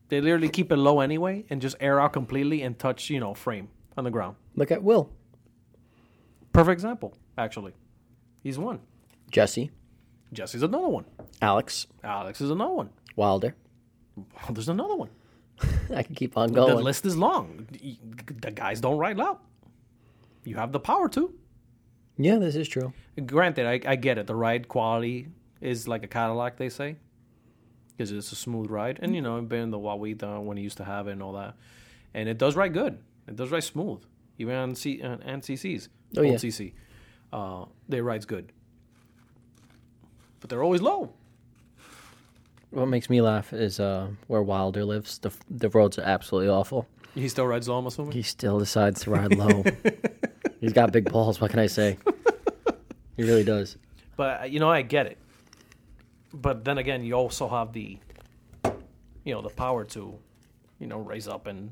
Speaker 1: They literally keep it low anyway and just air out completely and touch, you know, frame on the ground.
Speaker 2: Look at Will,
Speaker 1: Perfect example, actually. He's one.
Speaker 2: Jesse,
Speaker 1: Jesse's another one.
Speaker 2: Alex,
Speaker 1: Alex is another one.
Speaker 2: Wilder.
Speaker 1: Oh, there's another one.
Speaker 2: I can keep on
Speaker 1: The
Speaker 2: going.
Speaker 1: list is long. The the guys don't write loud. You have the power to.
Speaker 2: yeah, this is true.
Speaker 1: Granted, I, I get it. The ride quality is like a Cadillac, they say, because it's a smooth ride. And, you know, I've been in the Wawita when he used to have it and all that. And it does ride good. It does ride smooth, even on C- on NCCs.
Speaker 2: Oh, yeah.
Speaker 1: old CC. Uh, they rides good. But they're always low.
Speaker 2: What makes me laugh is uh, where Wilder lives. The the roads are absolutely awful.
Speaker 1: He still rides low, I'm assuming.
Speaker 2: He still decides to ride low. He's got big balls. What can I say? He really does.
Speaker 1: But, uh, you know, I get it. But then again, you also have the, you know, the power to, you know, raise up and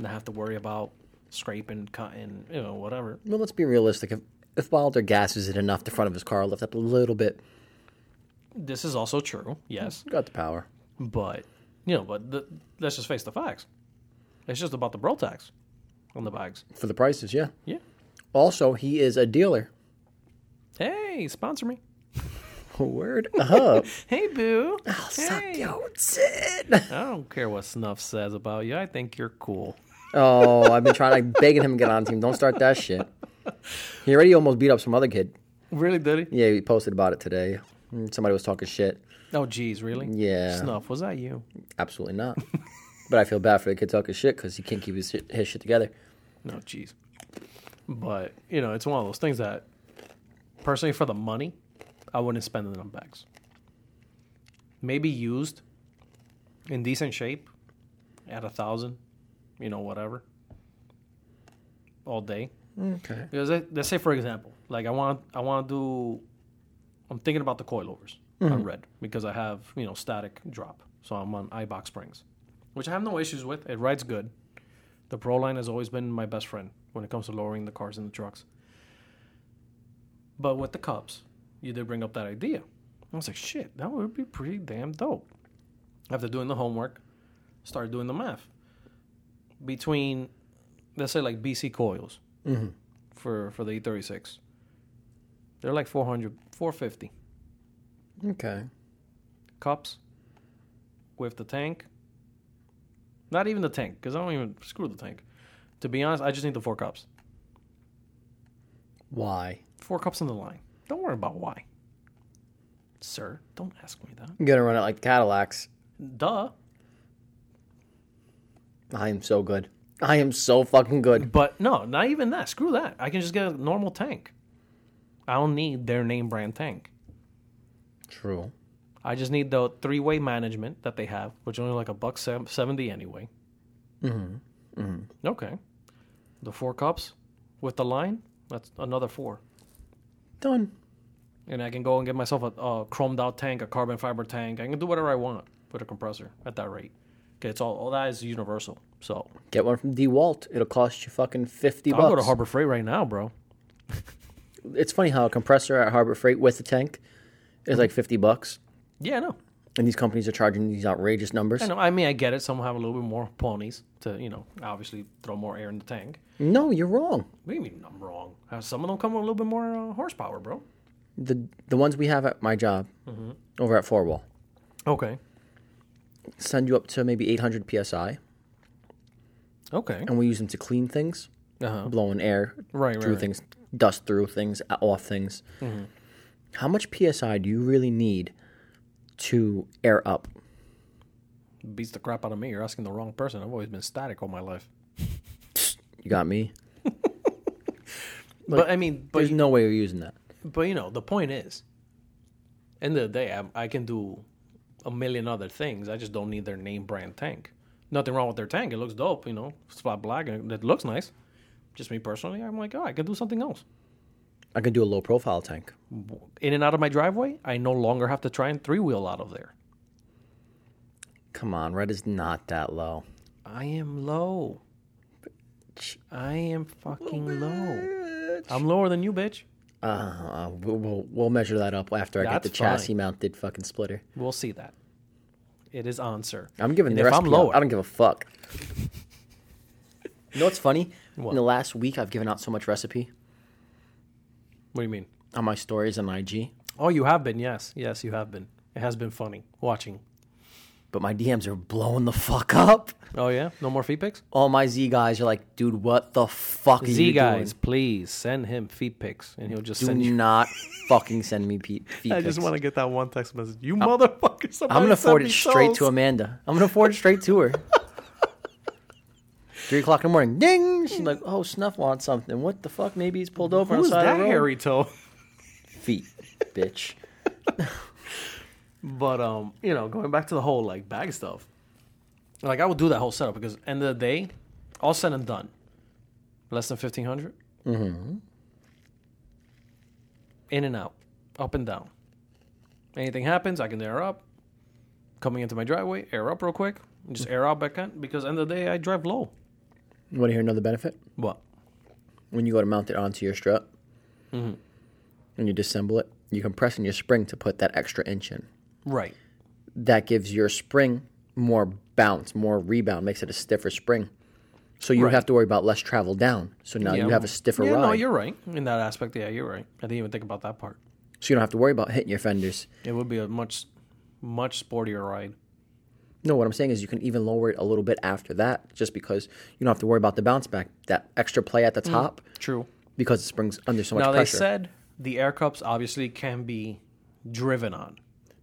Speaker 1: not have to worry about scraping, cutting, you know, whatever.
Speaker 2: Well, let's be realistic. If if Wilder gasses it enough, the front of his car lift up a little bit.
Speaker 1: This is also true, yes.
Speaker 2: Got the power.
Speaker 1: But, you know, but the, let's just face the facts. It's just about the bro tax on the bags.
Speaker 2: For the prices, yeah.
Speaker 1: Yeah.
Speaker 2: Also, he is a dealer.
Speaker 1: Hey, sponsor me.
Speaker 2: Word up.
Speaker 1: Hey, boo.
Speaker 2: I'll Uh-huh. suck
Speaker 1: hey.
Speaker 2: your tit.
Speaker 1: I don't care what Snuff says about you. I think you're cool.
Speaker 2: Oh, I've been trying, like begging him to get on the team. Don't start that shit. He already almost beat up some other kid.
Speaker 1: Really, did he?
Speaker 2: Yeah, he posted about it today. Mm, Somebody was talking shit.
Speaker 1: Oh, geez, really?
Speaker 2: Yeah.
Speaker 1: Snuff, was that you?
Speaker 2: Absolutely not. but I feel bad for the kid talking shit because he can't keep his shit, his shit together.
Speaker 1: No, jeez. But you know, it's one of those things that, personally, for the money, I wouldn't spend it on bags. Maybe used, in decent shape, at a thousand, you know, whatever. All day.
Speaker 2: Okay.
Speaker 1: Because let- let's say, for example, like I want, I want to do. I'm thinking about the coilovers on red because I have you know static drop, so I'm on iBox springs, which I have no issues with. It rides good. The Pro line has always been my best friend when it comes to lowering the cars and the trucks. But with the cups, you did bring up that idea. I was like, shit, that would be pretty damn dope. After doing the homework, started doing the math. Between, let's say, like BC coils,
Speaker 2: Mm-hmm.
Speaker 1: for for the E36. They're like 400, 450
Speaker 2: Okay.
Speaker 1: cups with the tank. Not even the tank, because I don't even screw the tank. To be honest, I just need the four cups.
Speaker 2: Why?
Speaker 1: Four cups on the line. Don't worry about why. Sir, don't ask me that.
Speaker 2: I'm gonna run it like Cadillacs.
Speaker 1: Duh.
Speaker 2: I am so good. I am so fucking good.
Speaker 1: But no, not even that. Screw that. I can just get a normal tank. I don't need their name brand tank.
Speaker 2: True.
Speaker 1: I just need the three way management that they have, which is only like a buck sev- seventy anyway. Mm-hmm. Okay. The four cups with the line, that's another four.
Speaker 2: Done.
Speaker 1: And I can go and get myself a, a chromed out tank, a carbon fiber tank. I can do whatever I want with a compressor at that rate. Okay, it's all, all that is universal. So
Speaker 2: Get one from DeWalt. It'll cost you fucking fifty
Speaker 1: I'll go to
Speaker 2: bucks.
Speaker 1: Harbor Freight right now, bro.
Speaker 2: it's funny how a compressor at Harbor Freight with a tank is like fifty bucks,
Speaker 1: Yeah, no.
Speaker 2: and these companies are charging these outrageous numbers.
Speaker 1: I know. I mean, I get it. Some have a little bit more ponies to, you know, obviously throw more air in the tank.
Speaker 2: No, you're wrong.
Speaker 1: What do you mean I'm wrong? Uh, Some of them come with a little bit more uh, horsepower, bro.
Speaker 2: The the ones we have at my job
Speaker 1: Mm-hmm.
Speaker 2: over at Four Wall
Speaker 1: Okay.
Speaker 2: send you up to maybe eight hundred psi,
Speaker 1: Okay.
Speaker 2: and we use them to clean things.
Speaker 1: Uh-huh.
Speaker 2: blowing air
Speaker 1: Right, right,
Speaker 2: through
Speaker 1: right. Mm-hmm.
Speaker 2: things, dust through things, uh, off things. How much psi do you really need to air up?
Speaker 1: Beats the crap out of me. You're asking the wrong person. I've always been static all my life.
Speaker 2: You got me.
Speaker 1: but I mean, but
Speaker 2: There's no way you're using that.
Speaker 1: but you know, the point is, end of the day, I, I can do a million other things. I just don't need their name brand tank. Nothing wrong with their tank. It looks dope, you know. It's flat black and it looks nice. Just me personally, I'm like, oh, I could do something else.
Speaker 2: I could do a low profile tank.
Speaker 1: In and out of my driveway, I no longer have to try and three wheel out of there.
Speaker 2: Come on, red is not that low.
Speaker 1: I am low. I am fucking low. I'm lower than you, bitch.
Speaker 2: Uh, we'll, we'll, we'll measure that up after I get
Speaker 1: That's
Speaker 2: the chassis mounted fucking splitter.
Speaker 1: We'll see that. It is on, sir.
Speaker 2: I'm giving
Speaker 1: And
Speaker 2: the
Speaker 1: if
Speaker 2: rest.
Speaker 1: I'm
Speaker 2: of you-
Speaker 1: lower-
Speaker 2: I don't give a fuck. you know what's funny?
Speaker 1: What?
Speaker 2: In the last week, I've given out so much recipe
Speaker 1: What do you mean?
Speaker 2: on my stories on IG,
Speaker 1: Oh, you have been. Yes, yes, you have been. It has been funny watching.
Speaker 2: but my DMs are blowing the fuck up.
Speaker 1: Oh yeah, no more feet pics.
Speaker 2: All my Z guys are like, dude, what the fuck are
Speaker 1: Z
Speaker 2: you
Speaker 1: guys, please send him feet pics, and he'll just
Speaker 2: doing?
Speaker 1: send
Speaker 2: Do
Speaker 1: you.
Speaker 2: not fucking send me pe- feet
Speaker 1: I
Speaker 2: pics.
Speaker 1: just want to get that one text message. You motherfucker! Somebody
Speaker 2: I'm gonna
Speaker 1: send
Speaker 2: forward
Speaker 1: me
Speaker 2: it straight
Speaker 1: those.
Speaker 2: to Amanda. I'm gonna forward it straight to her. Three o'clock in the morning, ding.
Speaker 1: Hmm.
Speaker 2: She's like, "Oh, Snuff wants something. What the fuck? Maybe he's pulled over on
Speaker 1: Who's
Speaker 2: the side
Speaker 1: that
Speaker 2: of the road."
Speaker 1: hairy toe?
Speaker 2: Feet, bitch.
Speaker 1: But um, you know, going back to the whole like bag stuff, like I would do that whole setup because end of the day, all said and done, less than fifteen Mm-hmm. In and out, up and down. Anything happens, I can air up. Coming into my driveway, air up real quick, and just air out back in because end of the day I drive low.
Speaker 2: You want to hear another benefit?
Speaker 1: What?
Speaker 2: When you go to mount it onto your strut,
Speaker 1: Mm-hmm.
Speaker 2: and you disassemble it, you can press in your spring to put that extra inch in.
Speaker 1: Right.
Speaker 2: That gives your spring more bounce, more rebound, makes it a stiffer spring. So you
Speaker 1: Right.
Speaker 2: have to worry about less travel down. So now you have a stiffer
Speaker 1: yeah,
Speaker 2: ride.
Speaker 1: No, you're right in that aspect. Yeah, you're right. I didn't even think about that part.
Speaker 2: so you don't have to worry about hitting your fenders.
Speaker 1: It would be a much, much sportier ride.
Speaker 2: No, what I'm saying is you can even lower it a little bit after that, just because you don't have to worry about the bounce back, that extra play at the top,
Speaker 1: True.
Speaker 2: because the spring's under so much
Speaker 1: Now they
Speaker 2: pressure.
Speaker 1: said the air cups obviously can be driven on,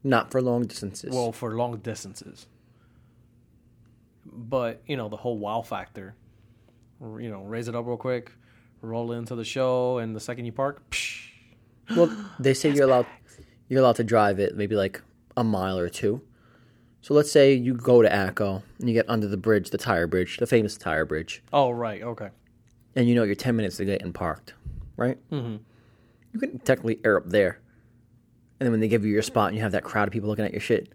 Speaker 2: Not for long distances.
Speaker 1: well for long distances. But you know the whole wow factor, r- you know, raise it up real quick, roll into the show, and the second you park, psh,
Speaker 2: Well, they say you're allowed you're allowed to drive it maybe like a mile or two. So let's say you go to Acco and you get under the bridge, the tire bridge, the famous tire bridge,
Speaker 1: oh right, okay,
Speaker 2: and you know you're ten minutes to get in parked, right? Mm-hmm. You can technically air up there, and then when they give you your spot and you have that crowd of people looking at your shit,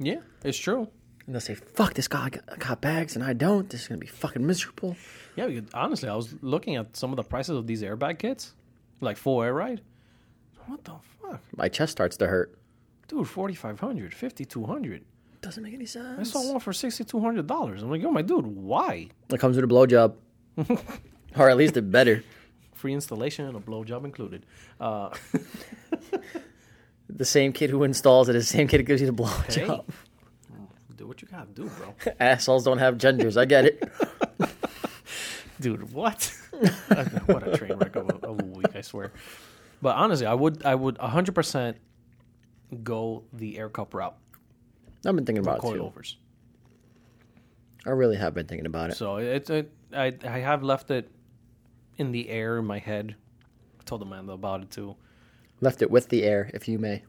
Speaker 1: yeah, it's true.
Speaker 2: and they'll say, "Fuck, this guy got, got bags and I don't. This is gonna be fucking miserable."
Speaker 1: Yeah, because honestly, I was looking at some of the prices of these airbag kits, like full air ride. What the fuck,
Speaker 2: My chest starts to hurt.
Speaker 1: dude? Forty five hundred, fifty two hundred.
Speaker 2: Doesn't make any
Speaker 1: I
Speaker 2: sense.
Speaker 1: saw one for sixty two hundred dollars. I'm like, yo, my dude, why?
Speaker 2: It comes with a blowjob, or at least it better.
Speaker 1: Free installation and a blowjob included. Uh,
Speaker 2: The same kid who installs it is the same kid who gives you the blowjob.
Speaker 1: do what you gotta do, bro.
Speaker 2: Assholes don't have genders. I get it.
Speaker 1: Dude, what? what a train wreck of a, of a week, I swear. But honestly, I would, I would 100% go the air cup route,
Speaker 2: I've been thinking about it too.
Speaker 1: coilovers.
Speaker 2: I really have been thinking about it.
Speaker 1: So it's, it, I, I have left it in the air in my head. I told Amanda about it too.
Speaker 2: Left it with the air, if you may.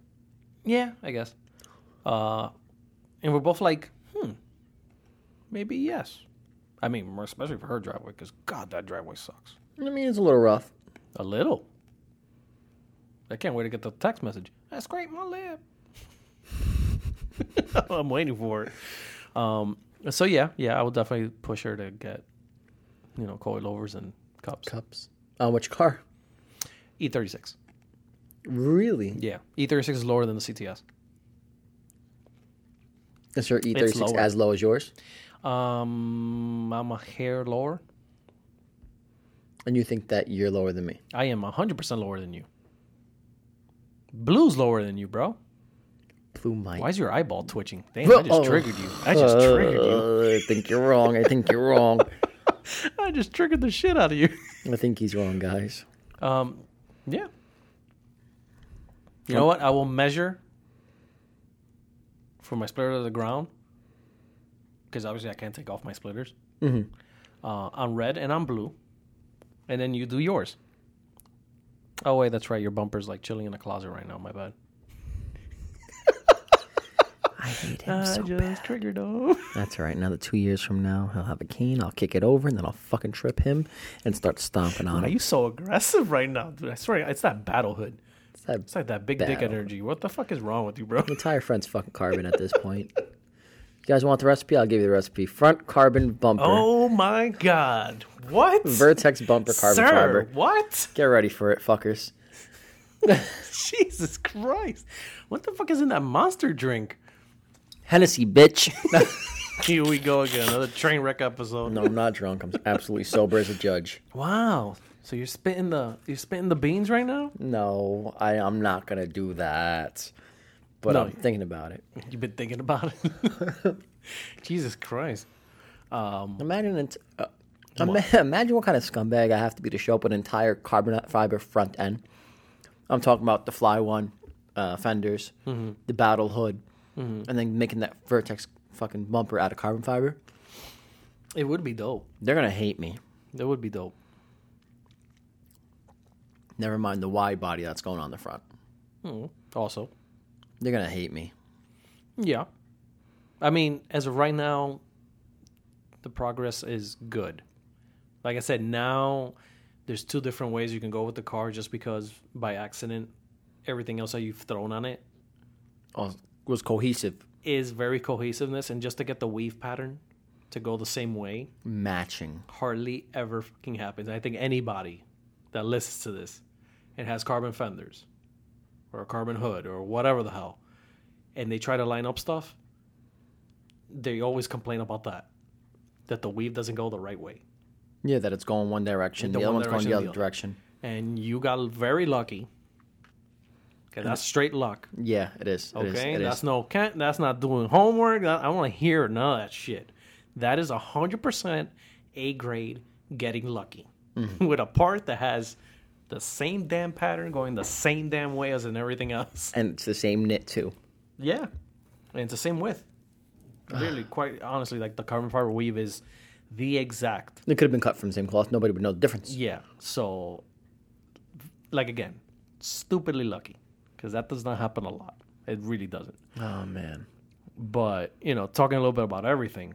Speaker 1: Yeah, I guess. Uh, and we're both like, hmm, maybe yes. I mean, more especially for her driveway, because God, that driveway sucks.
Speaker 2: I mean, it's a little rough.
Speaker 1: A little. I can't wait to get the text message. I scraped my lip. I'm waiting for it. Um, so yeah, yeah, I would definitely push her to get, you know, coilovers and cups. E
Speaker 2: Cups. On which car?
Speaker 1: E36.
Speaker 2: Really?
Speaker 1: Yeah, E36 E is lower than the CTS.
Speaker 2: Is your E36
Speaker 1: lower.
Speaker 2: as low as yours?
Speaker 1: Um, I'm a hair lower.
Speaker 2: And you think that you're lower than me?
Speaker 1: I am 100% lower than you. Blue's lower than you, bro.
Speaker 2: Blue might.
Speaker 1: Why is your eyeball twitching? Damn, I just
Speaker 2: Oh.
Speaker 1: triggered you. I just triggered you.
Speaker 2: Uh, I think you're wrong. I think you're wrong.
Speaker 1: I just triggered the shit out of you.
Speaker 2: I think he's wrong, guys.
Speaker 1: Um, yeah. You know what? I will measure from my splitter to the ground because obviously I can't take off my splitters uh, on red and on blue, and then you do yours. Oh wait, that's right. Your bumper's like chilling in the closet right now. My bad.
Speaker 2: I I hate him so
Speaker 1: just triggered him.
Speaker 2: Uh, That's all right. Another two years from now, he'll have a cane. I'll kick it over, and then I'll fucking trip him and start stomping on
Speaker 1: Why are
Speaker 2: him.
Speaker 1: you so aggressive right now? Dude, I swear, it's that battle hood.
Speaker 2: It's that
Speaker 1: It's like that big dick
Speaker 2: Battle.
Speaker 1: energy. What the fuck is wrong with you, bro?
Speaker 2: entire front's fucking carbon at this point. You guys want the recipe? I'll give you the recipe. Front carbon bumper,
Speaker 1: Oh my god. What?
Speaker 2: vertex bumper carbon
Speaker 1: Sir,
Speaker 2: fiber.
Speaker 1: what?
Speaker 2: Get ready for it, fuckers.
Speaker 1: Jesus Christ. What the fuck is in that monster drink?
Speaker 2: Hennessy, bitch.
Speaker 1: Here we go again. Another train wreck episode.
Speaker 2: no, I'm not drunk. I'm absolutely sober as a judge.
Speaker 1: Wow. So you're spitting the you're spitting the beans right now?
Speaker 2: No, I, I'm not gonna do that. But
Speaker 1: No.
Speaker 2: I'm thinking about it.
Speaker 1: You've been thinking about it. Jesus Christ.
Speaker 2: Imagine, it's, uh, ima- imagine what kind of scumbag I have to be to show up with an entire carbon fiber front end. I'm talking about the Fly One uh, fenders,
Speaker 1: Mm-hmm.
Speaker 2: the Battle Hood, and then making that Vertex fucking bumper out of carbon fiber.
Speaker 1: It would be dope.
Speaker 2: They're gonna hate me.
Speaker 1: It would be dope.
Speaker 2: Never mind the wide body that's going on the front.
Speaker 1: Hmm. Also.
Speaker 2: They're gonna hate me.
Speaker 1: Yeah. I mean, as of right now, the progress is good. Like I said, now there's two different ways you can go with the car just because by accident everything else that you've thrown on it
Speaker 2: Oh, it was cohesive,
Speaker 1: is very cohesiveness and just to get the weave pattern to go the same way
Speaker 2: matching.
Speaker 1: hardly ever fucking happens. I think anybody that listens to this and has carbon fenders or a carbon hood or whatever the hell, and they try to line up stuff, they always complain about that. That the weave doesn't go the right way.
Speaker 2: Yeah, that it's going one direction,
Speaker 1: The
Speaker 2: the,
Speaker 1: one
Speaker 2: other one's going
Speaker 1: direction,
Speaker 2: the
Speaker 1: the
Speaker 2: other
Speaker 1: other.
Speaker 2: direction.
Speaker 1: And you got very lucky. 'Cause that's straight luck.
Speaker 2: Yeah, it is. It is,
Speaker 1: Okay,
Speaker 2: it is.
Speaker 1: that's no Kent. That's not doing homework. That, I want to hear none of that shit. That is hundred percent A grade getting lucky
Speaker 2: Mm-hmm.
Speaker 1: with a part that has the same damn pattern going the same damn way as in everything else.
Speaker 2: And it's the same knit too.
Speaker 1: Yeah, and it's the same width. Really, quite honestly, like the carbon fiber weave is the exact.
Speaker 2: It could have been cut from the same cloth. Nobody would know the difference.
Speaker 1: Yeah. So, like again, stupidly lucky because that does not happen a lot. It really doesn't.
Speaker 2: Oh man.
Speaker 1: but you know talking a little bit about everything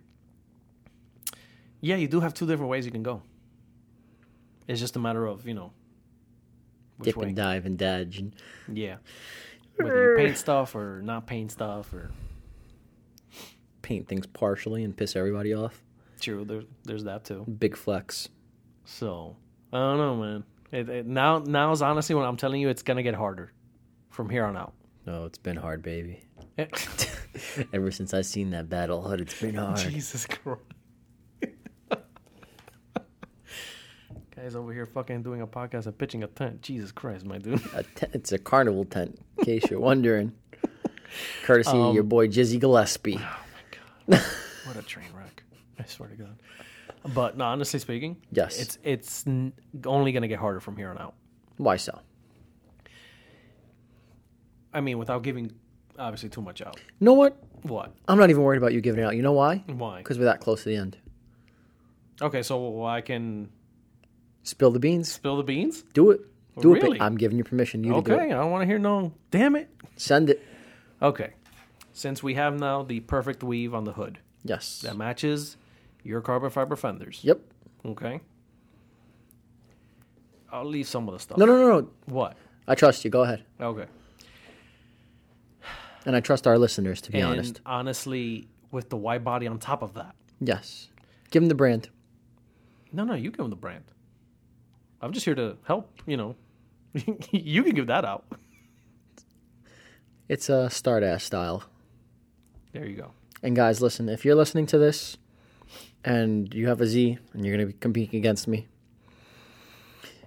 Speaker 1: yeah you do have two different ways you can go it's just a matter of you know which
Speaker 2: Dip
Speaker 1: way
Speaker 2: and dive and dodge. And...
Speaker 1: yeah whether you paint stuff or not paint stuff or
Speaker 2: paint things partially and piss everybody off.
Speaker 1: true there's, there's that too
Speaker 2: Big flex.
Speaker 1: so i don't know man it, it, now now is honestly when i'm telling you it's gonna get harder from here on out
Speaker 2: No, it's been hard, baby.
Speaker 1: Eh,
Speaker 2: Ever since I've seen that battle hood, it's been hard.
Speaker 1: jesus christ guys over here fucking doing a podcast and pitching a tent jesus christ my dude
Speaker 2: A te- it's a carnival tent, in case you're wondering. Courtesy of
Speaker 1: Um,
Speaker 2: your boy Jizzy Gillespie.
Speaker 1: What a train wreck! I swear to God. But no, honestly speaking,
Speaker 2: Yes.
Speaker 1: it's it's n- only going to get harder from here on out.
Speaker 2: Why so?
Speaker 1: I mean, without giving obviously too much out.
Speaker 2: You know what?
Speaker 1: What?
Speaker 2: I'm not even worried about you giving it out. You know why?
Speaker 1: Why?
Speaker 2: Because we're that close to the end.
Speaker 1: Okay, so I can
Speaker 2: Spill the beans.
Speaker 1: spill the beans.
Speaker 2: Do it. Do it.
Speaker 1: Really?
Speaker 2: babe. I'm giving you permission. You to do
Speaker 1: Okay, I
Speaker 2: it.
Speaker 1: don't want to hear no. Damn it.
Speaker 2: Send it.
Speaker 1: Okay, since we have now the perfect weave on the hood
Speaker 2: Yes.
Speaker 1: that matches your carbon fiber fenders.
Speaker 2: Yep.
Speaker 1: Okay. I'll leave some of the stuff.
Speaker 2: No, no, no, no.
Speaker 1: What?
Speaker 2: I trust you. Go ahead.
Speaker 1: Okay.
Speaker 2: And I trust our listeners, to be
Speaker 1: and
Speaker 2: honest.
Speaker 1: honestly, with the wide body on top of that,
Speaker 2: Yes. Give them the brand.
Speaker 1: No, no, you give them the brand. I'm just here to help, you know. you can give that out.
Speaker 2: It's a Stardash style.
Speaker 1: There you go.
Speaker 2: And guys, listen, if you're listening to this and you have a Z and you're going to be competing against me,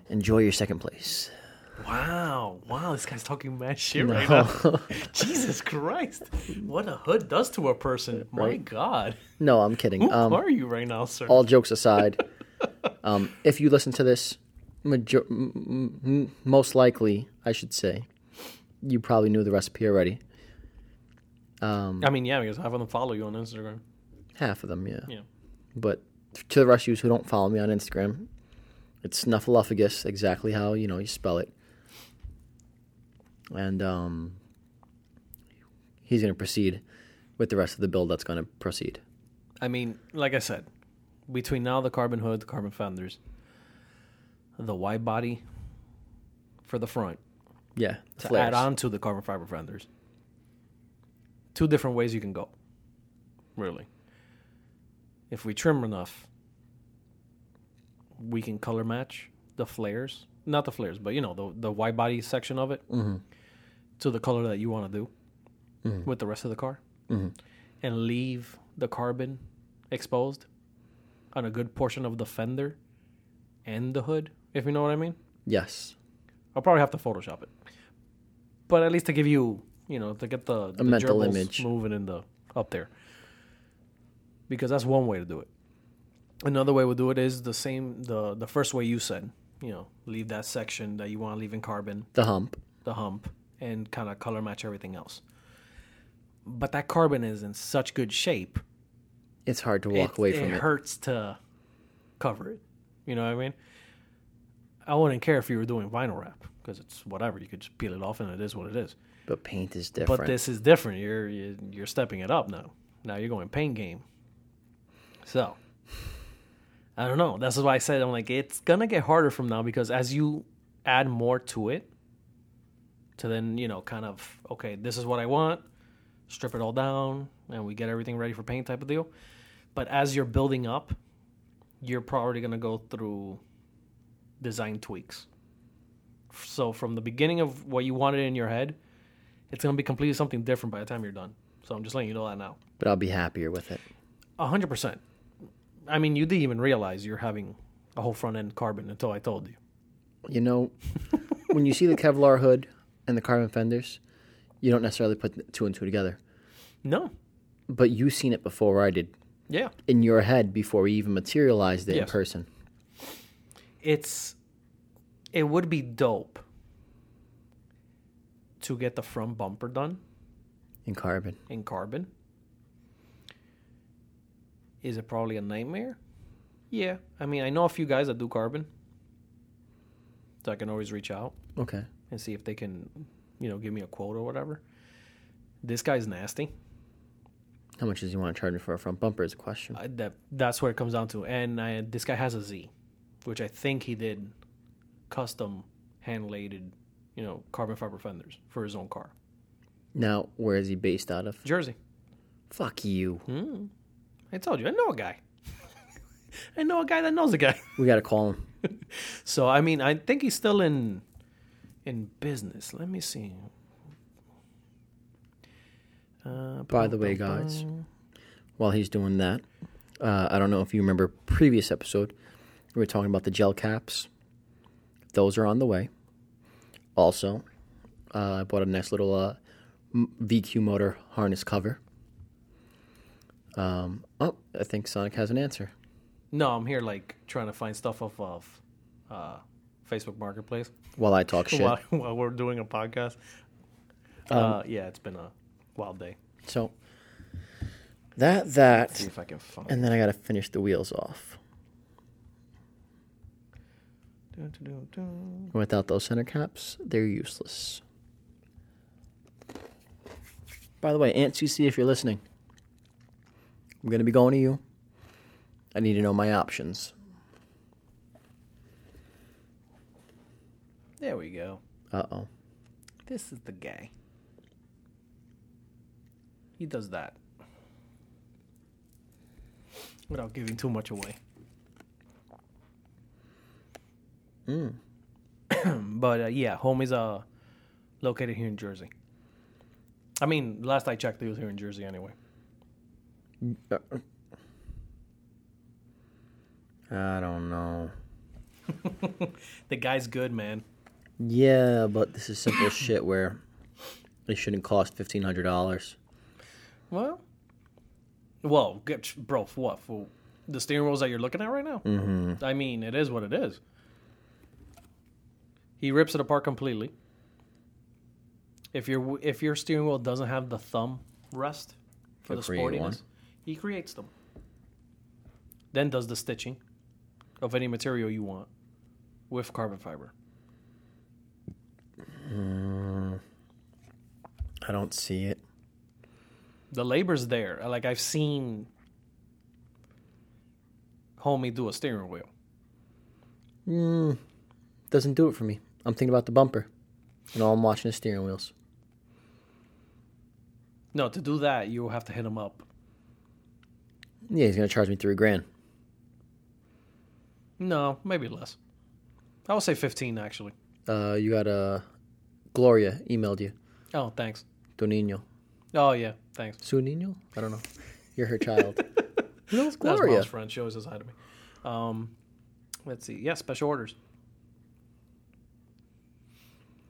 Speaker 2: enjoy your second place.
Speaker 1: Wow, wow, this guy's talking mad shit right now. Jesus Christ. What a hood does to a person. My God.
Speaker 2: No, I'm kidding.
Speaker 1: Who
Speaker 2: Um,
Speaker 1: are you right now, sir?
Speaker 2: all jokes aside, um, if you listen to this, major- m- m- m- most likely, I should say, you probably knew the recipe already.
Speaker 1: I mean, yeah, because half of them follow you on Instagram.
Speaker 2: Half of them, yeah.
Speaker 1: Yeah.
Speaker 2: But to the rest of you who don't follow me on Instagram, it's Snuffleupagus, exactly how you know you spell it. And um, he's gonna proceed with the rest of the bill that's going to proceed.
Speaker 1: I mean, like I said, between now the carbon hood, the carbon fenders, the wide body for the front
Speaker 2: Yeah,
Speaker 1: to
Speaker 2: flares.
Speaker 1: add on to the carbon fiber fenders. Two different ways you can go. Really. If we trim enough, we can color match the flares, not the flares, but you know, the the wide body section of it
Speaker 2: Mm-hmm.
Speaker 1: to the color that you want to do with the rest of the car
Speaker 2: Mm-hmm.
Speaker 1: and leave the carbon exposed on a good portion of the fender and the hood, if you know what I mean.
Speaker 2: Yes,
Speaker 1: I'll probably have to Photoshop it, but at least to give you, you know, to get the, the
Speaker 2: mental
Speaker 1: gerbils
Speaker 2: image.
Speaker 1: moving in the up there, because that's one way to do it. Another way we'll do it is the same the the first way you said, you know, leave that section that you want to leave in carbon,
Speaker 2: the hump.
Speaker 1: the hump, and kind of color match everything else. But that carbon is in such good shape
Speaker 2: It's hard to walk away from
Speaker 1: it
Speaker 2: it.
Speaker 1: hurts to cover it. You know what I mean? I wouldn't care if you were doing vinyl wrap because it's whatever. You could just peel it off and it is what it is.
Speaker 2: But paint is
Speaker 1: But
Speaker 2: different.
Speaker 1: this is different. You're you're you're stepping it up now. Now you're going paint game. So I don't know. That's why I said I'm like it's gonna get harder from now because as you add more to it, to then you know kind of okay, this is what I want. Strip it all down, and we get everything ready for paint type of deal. But as you're building up, you're probably gonna go through design tweaks. So from the beginning of what you wanted in your head, it's gonna be completely something different by the time you're done. So I'm just letting you know that now.
Speaker 2: but I'll be happier with it.
Speaker 1: A hundred percent. I mean, you didn't even realize you're having a whole front end carbon until I told you.
Speaker 2: You know, when you see the Kevlar hood and the carbon fenders, you don't necessarily put two and two together.
Speaker 1: No.
Speaker 2: But you seen it before I did
Speaker 1: Yeah.
Speaker 2: in your head before we even materialized it in
Speaker 1: Yes.
Speaker 2: person.
Speaker 1: It's it would be dope to get the front bumper done
Speaker 2: In carbon,
Speaker 1: in carbon. Is it probably a nightmare? Yeah. I mean, I know a few guys that do carbon. So I can always reach out.
Speaker 2: okay.
Speaker 1: and see if they can, you know, give me a quote or whatever. This guy's nasty.
Speaker 2: How much does you want to charge me for a front bumper? Is a question.
Speaker 1: I, that that's where it comes down to. And I, this guy has a Z, which I think he did custom hand laded, you know, carbon fiber fenders for his own car.
Speaker 2: Now, where is he based out of?
Speaker 1: Jersey.
Speaker 2: Fuck you.
Speaker 1: I told you, I know a guy. I know a guy that knows a guy.
Speaker 2: We gotta call him.
Speaker 1: So I mean, I think he's still in in business. Let me see. Uh,
Speaker 2: By the way, guys, while he's doing that, uh, I don't know if you remember previous episode, we were talking about the gel caps. Those are on the way. Also, uh, I bought a nice little uh, m- VQ motor harness cover. Um, oh, I think Sonic has an answer.
Speaker 1: No, I'm here like trying to find stuff off of uh, Facebook Marketplace
Speaker 2: While I talk shit.
Speaker 1: while, while we're doing a podcast. uh, yeah, it's been a wild day.
Speaker 2: So that that
Speaker 1: See if I can find.
Speaker 2: and then I gotta finish the wheels off.
Speaker 1: Dun, dun, dun,
Speaker 2: Without those center caps, they're useless. By the way, Aunt CC, if you're listening, I'm gonna be going to you. I need to know my options.
Speaker 1: dun. There we go.
Speaker 2: Uh oh.
Speaker 1: This is the guy. He does that without giving too much away.
Speaker 2: Mm.
Speaker 1: but uh, yeah, homie's uh, located here in Jersey. I mean, last I checked, he was here in Jersey anyway.
Speaker 2: I don't know.
Speaker 1: The guy's good, man.
Speaker 2: Yeah, but this is simple shit where it shouldn't cost fifteen hundred dollars.
Speaker 1: Well, well, get, bro, what? For the steering wheels that you're looking at right now? Mm-hmm. I mean, it is what it is. He rips it apart completely. If your if your steering wheel doesn't have the thumb rest for
Speaker 2: He'll
Speaker 1: the
Speaker 2: create
Speaker 1: sportiness,
Speaker 2: one.
Speaker 1: he creates them. Then does the stitching of any material you want with carbon fiber.
Speaker 2: I don't see it.
Speaker 1: the labor's there. Like I've seen homie do a steering wheel.
Speaker 2: Mm, doesn't do it for me. I'm thinking about the bumper, and all I'm watching is steering wheels.
Speaker 1: No, to do that you will have to hit him up.
Speaker 2: Yeah, he's gonna charge me three grand.
Speaker 1: No, maybe less. I would say fifteen actually.
Speaker 2: Uh, you got uh, Gloria emailed you.
Speaker 1: Oh, thanks.
Speaker 2: Do niño,
Speaker 1: Oh yeah, thanks.
Speaker 2: su niño? I don't know. You're her child. Who knows
Speaker 1: That's
Speaker 2: Gloria?
Speaker 1: Mom's friend. She always says hi to me. Um, let's see. Yeah, special orders.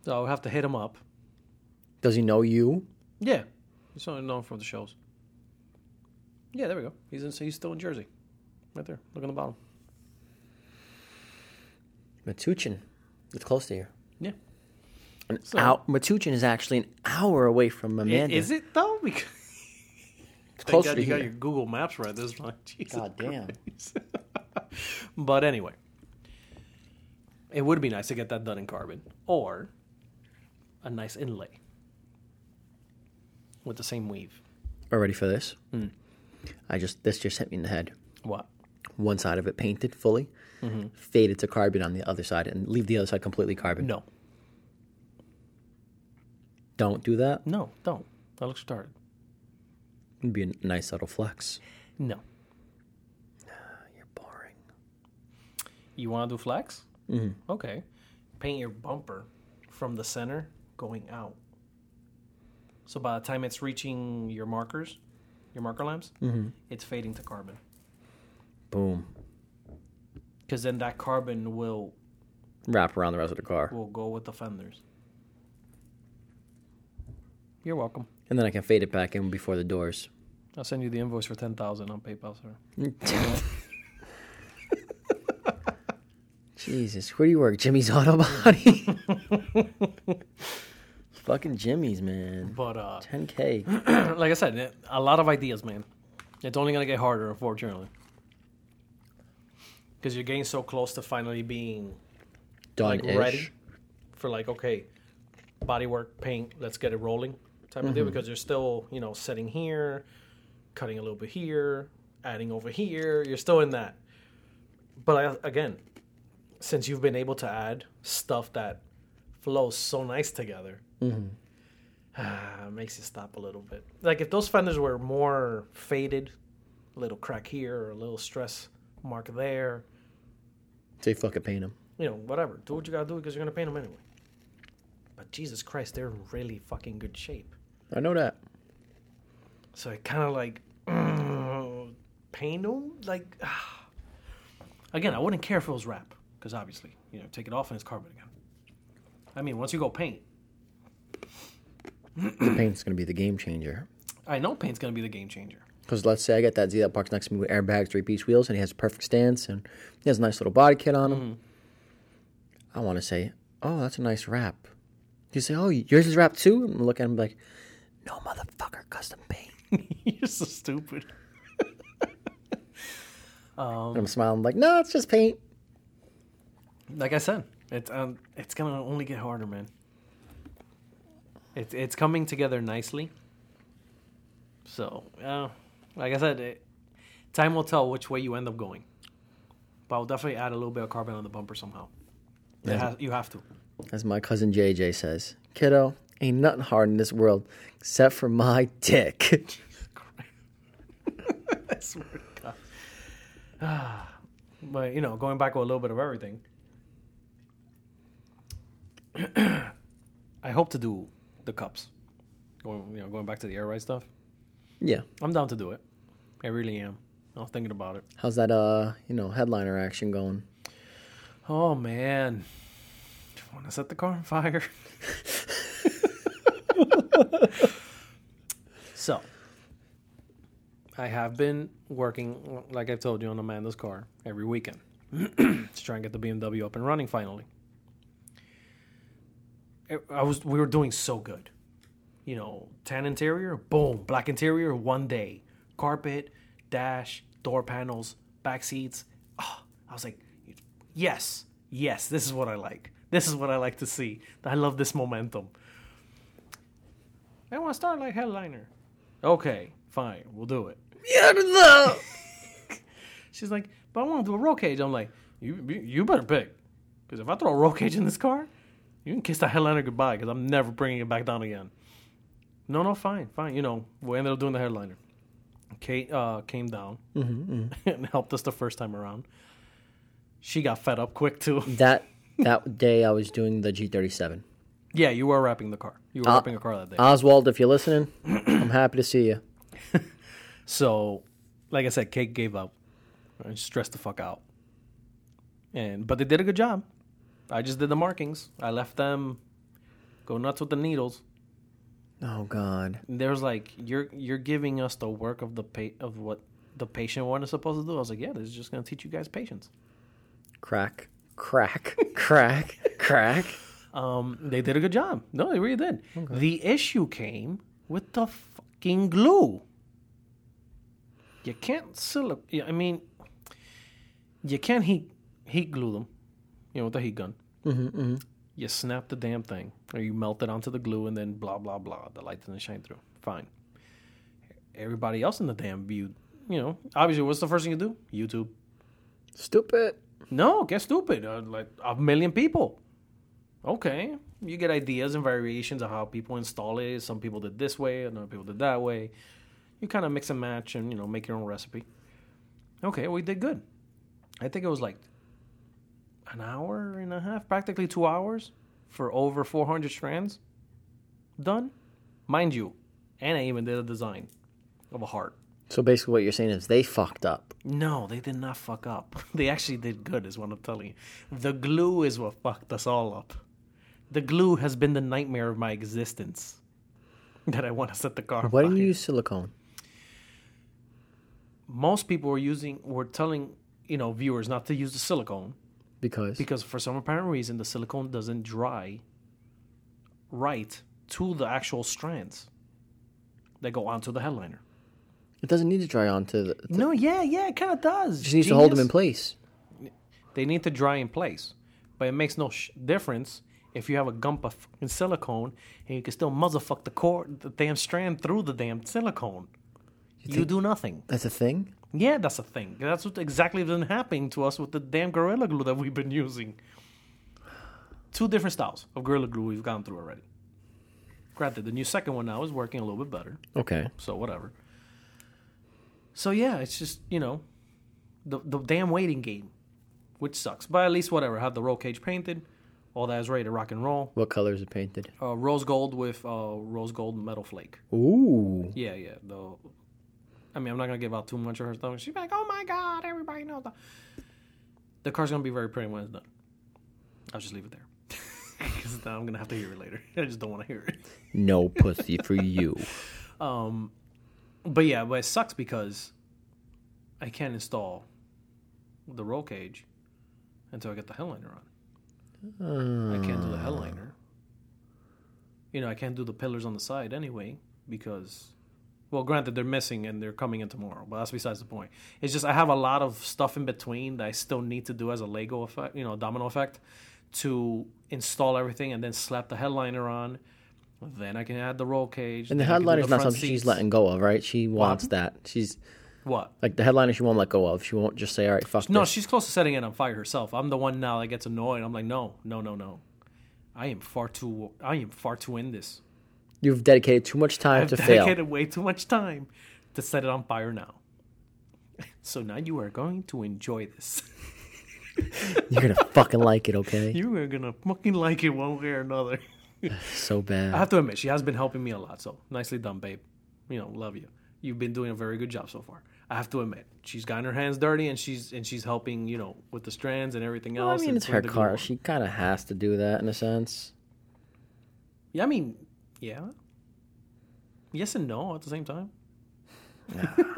Speaker 1: So I'll have to hit him up.
Speaker 2: Does he know you?
Speaker 1: Yeah, he's only known from the shows. Yeah, there we go. He's in. He's still in Jersey, right there. Look on the bottom.
Speaker 2: Metuchen. It's close to here.
Speaker 1: Yeah.
Speaker 2: An
Speaker 1: So-
Speaker 2: hour, Metuchen is actually an hour away from Amanda.
Speaker 1: Is it though? Because
Speaker 2: It's
Speaker 1: thank
Speaker 2: closer
Speaker 1: God
Speaker 2: to
Speaker 1: you got
Speaker 2: here.
Speaker 1: your Google Maps right this time. Jesus
Speaker 2: God damn.
Speaker 1: Christ. but anyway, it would be nice to get that done in carbon or a nice inlay with the same weave.
Speaker 2: Are ready for this?
Speaker 1: Hmm.
Speaker 2: I just this just hit me in the head.
Speaker 1: What?
Speaker 2: One side of it painted fully,
Speaker 1: Mm-hmm.
Speaker 2: fade it to carbon on the other side, and leave the other side completely carbon.
Speaker 1: No,
Speaker 2: Don't do that.
Speaker 1: no, don't. That looks retarded.
Speaker 2: It'd be a nice subtle flex.
Speaker 1: No.
Speaker 2: You're boring.
Speaker 1: You want to do flex? Mm-hmm. Okay. Paint your bumper from the center going out. So by the time it's reaching your markers, your marker lamps,
Speaker 2: Mm-hmm.
Speaker 1: it's fading to carbon.
Speaker 2: Boom.
Speaker 1: Because then that carbon will
Speaker 2: Wrap around the rest of the car,
Speaker 1: will go with the fenders. You're welcome.
Speaker 2: and then I can fade it back in before the doors.
Speaker 1: I'll send you the invoice for ten thousand on PayPal, sir.
Speaker 2: Jesus, where do you work? Jimmy's Auto Body. Fucking Jimmy's, man.
Speaker 1: But uh,
Speaker 2: 10k.
Speaker 1: like I said, it- a lot of ideas, man. It's only gonna get harder, unfortunately, because you're getting so close to finally being
Speaker 2: Done
Speaker 1: like
Speaker 2: ish.
Speaker 1: ready for like okay, body work, paint, let's get it rolling type of deal. Because you're still you know setting here, cutting a little bit here, adding over here. You're still in that. But I, again, since you've been able to add stuff that flows so nice together, ah, it makes you stop a little bit. Like if those fenders were more faded, a little crack here or a little stress mark there,
Speaker 2: Say fucking paint him.
Speaker 1: you know, whatever. Do what you gotta do because you're gonna paint them anyway. But Jesus Christ, they're in really fucking good shape.
Speaker 2: I know that.
Speaker 1: So it kind of like mm, paint them like. ah. Again, I wouldn't care if it was wrap because obviously, you know, take it off and it's carbon again. I mean, once you go paint,
Speaker 2: The paint's gonna be the game changer.
Speaker 1: I know paint's gonna be the game changer.
Speaker 2: Because let's say I get that Z that parks next to me with airbags, three piece wheels, and he has a perfect stance and he has a nice little body kit on him. I want to say, oh, that's a nice wrap. You say, oh, yours is wrapped too? And look at him and be like, no, motherfucker, custom paint.
Speaker 1: you're so stupid.
Speaker 2: and I'm smiling like, no, it's just paint.
Speaker 1: Like I said, it's um, it's gonna only get harder, man. It's it's coming together nicely. So, uh, like I said, it, time will tell which way you end up going. But I'll definitely add a little bit of carbon on the bumper somehow. It has- you have to.
Speaker 2: As my cousin JJ says, kiddo, ain't nothing hard in this world except for my dick.
Speaker 1: I swear to God. but you know, going back with a little bit of everything, I hope to do the cups. Going, you know, going back to the air ride stuff,
Speaker 2: yeah.
Speaker 1: I'm down to do it. I really am. I was thinking about it.
Speaker 2: How's that, uh, you know, headliner action going?
Speaker 1: Oh man, want to set the car on fire? so, I have been working, like I've told you, on Amanda's car every weekend to try and get the BMW up and running finally. It- I was, we were doing so good, you know, tan interior, boom, black interior, one day, carpet, dash, door panels, back seats. Oh, I was like, yes, yes, this is what I like. This is what I like to see. I love this momentum. I want to start like headliner. Okay, fine, we'll do it.
Speaker 2: Mierda!
Speaker 1: She's like, but I want to do a roll cage. I'm like, you you, you better pick, because if I throw a roll cage in this car, you can kiss the headliner goodbye, because I'm never bringing it back down again. No, no, fine, fine. You know, we ended up doing the headliner. Kate uh, came down and helped us the first time around. She got fed up quick too.
Speaker 2: that that day I was doing the G37.
Speaker 1: Yeah, you were wrapping the car. You were
Speaker 2: Uh,
Speaker 1: wrapping a car that day.
Speaker 2: Oswald, if you're listening, I'm happy to see you.
Speaker 1: So, like I said, Kate gave up. I just stressed the fuck out. And but they did a good job. I just did the markings. I left them go nuts with the needles.
Speaker 2: Oh God.
Speaker 1: And there was like, "You're you're giving us the work of the pa- of what the patient one is supposed to do." I was like, "Yeah, this is just gonna teach you guys patience."
Speaker 2: Crack. Crack. crack. Crack.
Speaker 1: Um, they did a good job. No, they really did. The issue came with the fucking glue. You can't silo- yeah, I mean, you can't heat heat glue them. You know, with the heat gun. You snap the damn thing, or you melt it onto the glue, and then blah blah blah. The light doesn't shine through. Fine. Everybody else in the damn view, you know, obviously, what's the first thing you do? YouTube.
Speaker 2: Stupid.
Speaker 1: No, get stupid. Uh, like a million people. Okay, you get ideas and variations of how people install it. Some people did this way, and other people did that way. You kind of mix and match, and you know, make your own recipe. Okay, we did good. I think it was like an hour and a half, practically two hours, for over 400 strands. Done, mind you, and I even did a design of a heart.
Speaker 2: So basically, what you're saying is they fucked up.
Speaker 1: No, they did not fuck up. They actually did good, is what I'm telling you. The glue is what fucked us all up. The glue has been the nightmare of my existence. That I want to set the car.
Speaker 2: Why
Speaker 1: fire.
Speaker 2: didn't you use silicone?
Speaker 1: Most people were using, were telling, you know, viewers not to use the silicone
Speaker 2: Because
Speaker 1: because for some apparent reason the silicone doesn't dry right to the actual strands that go onto the headliner.
Speaker 2: it doesn't need to dry onto the. It
Speaker 1: No, yeah, yeah, it kind of does.
Speaker 2: just needs to hold them
Speaker 1: Genius.
Speaker 2: in place.
Speaker 1: They need to dry in place, but it makes no sh- difference if you have a gump of fucking silicone and you can still motherfuck the core, the damn strand through the damn silicone. You, do nothing.
Speaker 2: That's a thing.
Speaker 1: Yeah, that's a thing. That's what exactly been happening to us with the damn gorilla glue that we've been using. Two different styles of gorilla glue we've gone through already. Granted, the new second one now is working a little bit better
Speaker 2: Okay.
Speaker 1: so whatever. So yeah, it's just you know, the the damn waiting game, which sucks. But at least whatever, have the roll cage painted, all that is ready to rock and roll.
Speaker 2: What color is it painted?
Speaker 1: Uh, rose gold with uh, rose gold metal flake.
Speaker 2: Ooh.
Speaker 1: Yeah, yeah. The, I mean, I'm not gonna give out too much of her stuff. She's like, oh my god, everybody knows that. The car's gonna be very pretty when it's done. I'll just leave it there. Because now I'm gonna have to hear it later. I just don't want to hear it.
Speaker 2: No pussy for you.
Speaker 1: Um, but yeah, but it sucks because I can't install the roll cage until I get the headliner on. I can't do
Speaker 2: Ah.
Speaker 1: the headliner. You know, I can't do the pillars on the side anyway because, well, granted they're missing and they're coming in tomorrow, but that's besides the point. It's just I have a lot of stuff in between that I still need to do as a Lego effect, you know, domino effect, to install everything and then slap the headliner on. Then I can add the roll cage.
Speaker 2: And the
Speaker 1: then I can do
Speaker 2: headliner's not
Speaker 1: front
Speaker 2: something she's
Speaker 1: seats.
Speaker 2: letting go of, right? She wants that. She's
Speaker 1: What?
Speaker 2: like the headliner. She won't let go of. She won't just say, "All right, fuck
Speaker 1: No,
Speaker 2: this."
Speaker 1: she's close to setting it on fire herself. I'm the one now that gets annoyed. I'm like, no, no, no, no. I am far too. I am far too in this.
Speaker 2: You've dedicated too much time
Speaker 1: I've
Speaker 2: to
Speaker 1: dedicated
Speaker 2: fail.
Speaker 1: way too much time to set it on fire now. So now you are going to enjoy this.
Speaker 2: You're gonna fucking like it, okay?
Speaker 1: You are gonna fucking like it one way or another.
Speaker 2: So
Speaker 1: I
Speaker 2: bad.
Speaker 1: have to admit, she has been helping me a lot. So nicely done, babe. You know, love you. You've been doing a very good job so far. I have to admit, she's gotten her hands dirty and she's and she's helping. You know, with the strands and everything
Speaker 2: I
Speaker 1: else.
Speaker 2: mean,
Speaker 1: and
Speaker 2: it's
Speaker 1: putting
Speaker 2: her
Speaker 1: the glue
Speaker 2: car.
Speaker 1: on.
Speaker 2: She kind of has to do that in a sense.
Speaker 1: Yeah, I mean, yeah. Yes and no at the same time.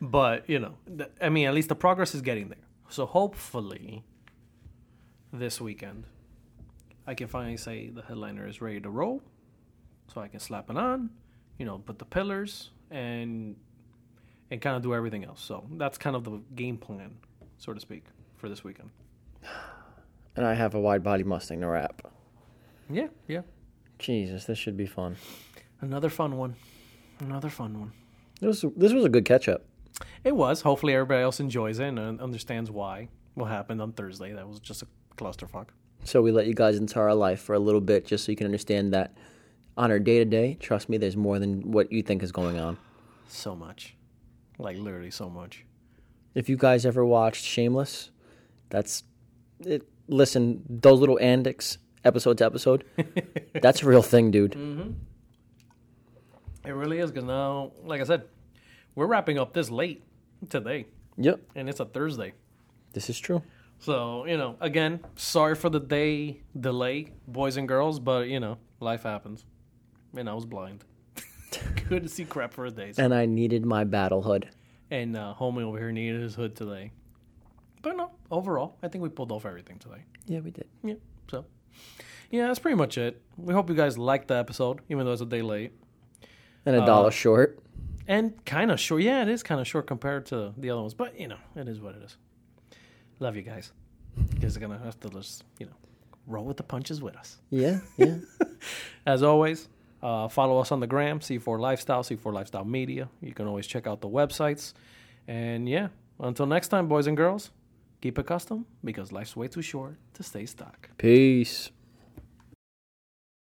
Speaker 1: but, you know, th- I mean, at least the progress is getting there. So hopefully this weekend I can finally say the headliner is ready to roll so I can slap it on, you know, put the pillars and and kind of do everything else. So that's kind of the game plan, so to speak, for this weekend.
Speaker 2: And I have a wide body Mustang to wrap.
Speaker 1: Yeah, yeah.
Speaker 2: Jesus, this should be fun.
Speaker 1: Another fun one. Another fun one.
Speaker 2: This was, this was a good catch up.
Speaker 1: It was. Hopefully, everybody else enjoys it and uh, understands why what happened on Thursday. That was just a clusterfuck.
Speaker 2: So we let you guys into our life for a little bit just so you can understand that on our day to day, trust me, there's more than what you think is going on.
Speaker 1: So much, like literally so much.
Speaker 2: If you guys ever watched Shameless, that's it. Listen, those little antics, episode to episode, that's a real thing, dude.
Speaker 1: It really is because now, like I said, we're wrapping up this late today,
Speaker 2: Yep,
Speaker 1: and it's a Thursday.
Speaker 2: this is true.
Speaker 1: So you know, again, sorry for the day delay, boys and girls, but you know, life happens, and I was blind. Couldn't see crap for a day.
Speaker 2: And I needed my battle hood.
Speaker 1: and uh, homie over here needed his hood today. But no, overall, I think we pulled off everything today.
Speaker 2: Yeah, we did.
Speaker 1: Yeah, so yeah, that's pretty much it. We hope you guys liked the episode, even though it's a day late
Speaker 2: And a dollar short.
Speaker 1: and kind of short. Yeah, it is kind of short compared to the other ones, but you know, it is what it is. Love you guys. You guys are gonna have to just you know roll with the punches with us.
Speaker 2: Yeah, yeah.
Speaker 1: As always, uh, follow us on the gram, C4 Lifestyle, C4 Lifestyle Media. You can always check out the websites. And yeah, until next time, boys and girls, keep it custom because life's way too short to stay stuck.
Speaker 2: Peace.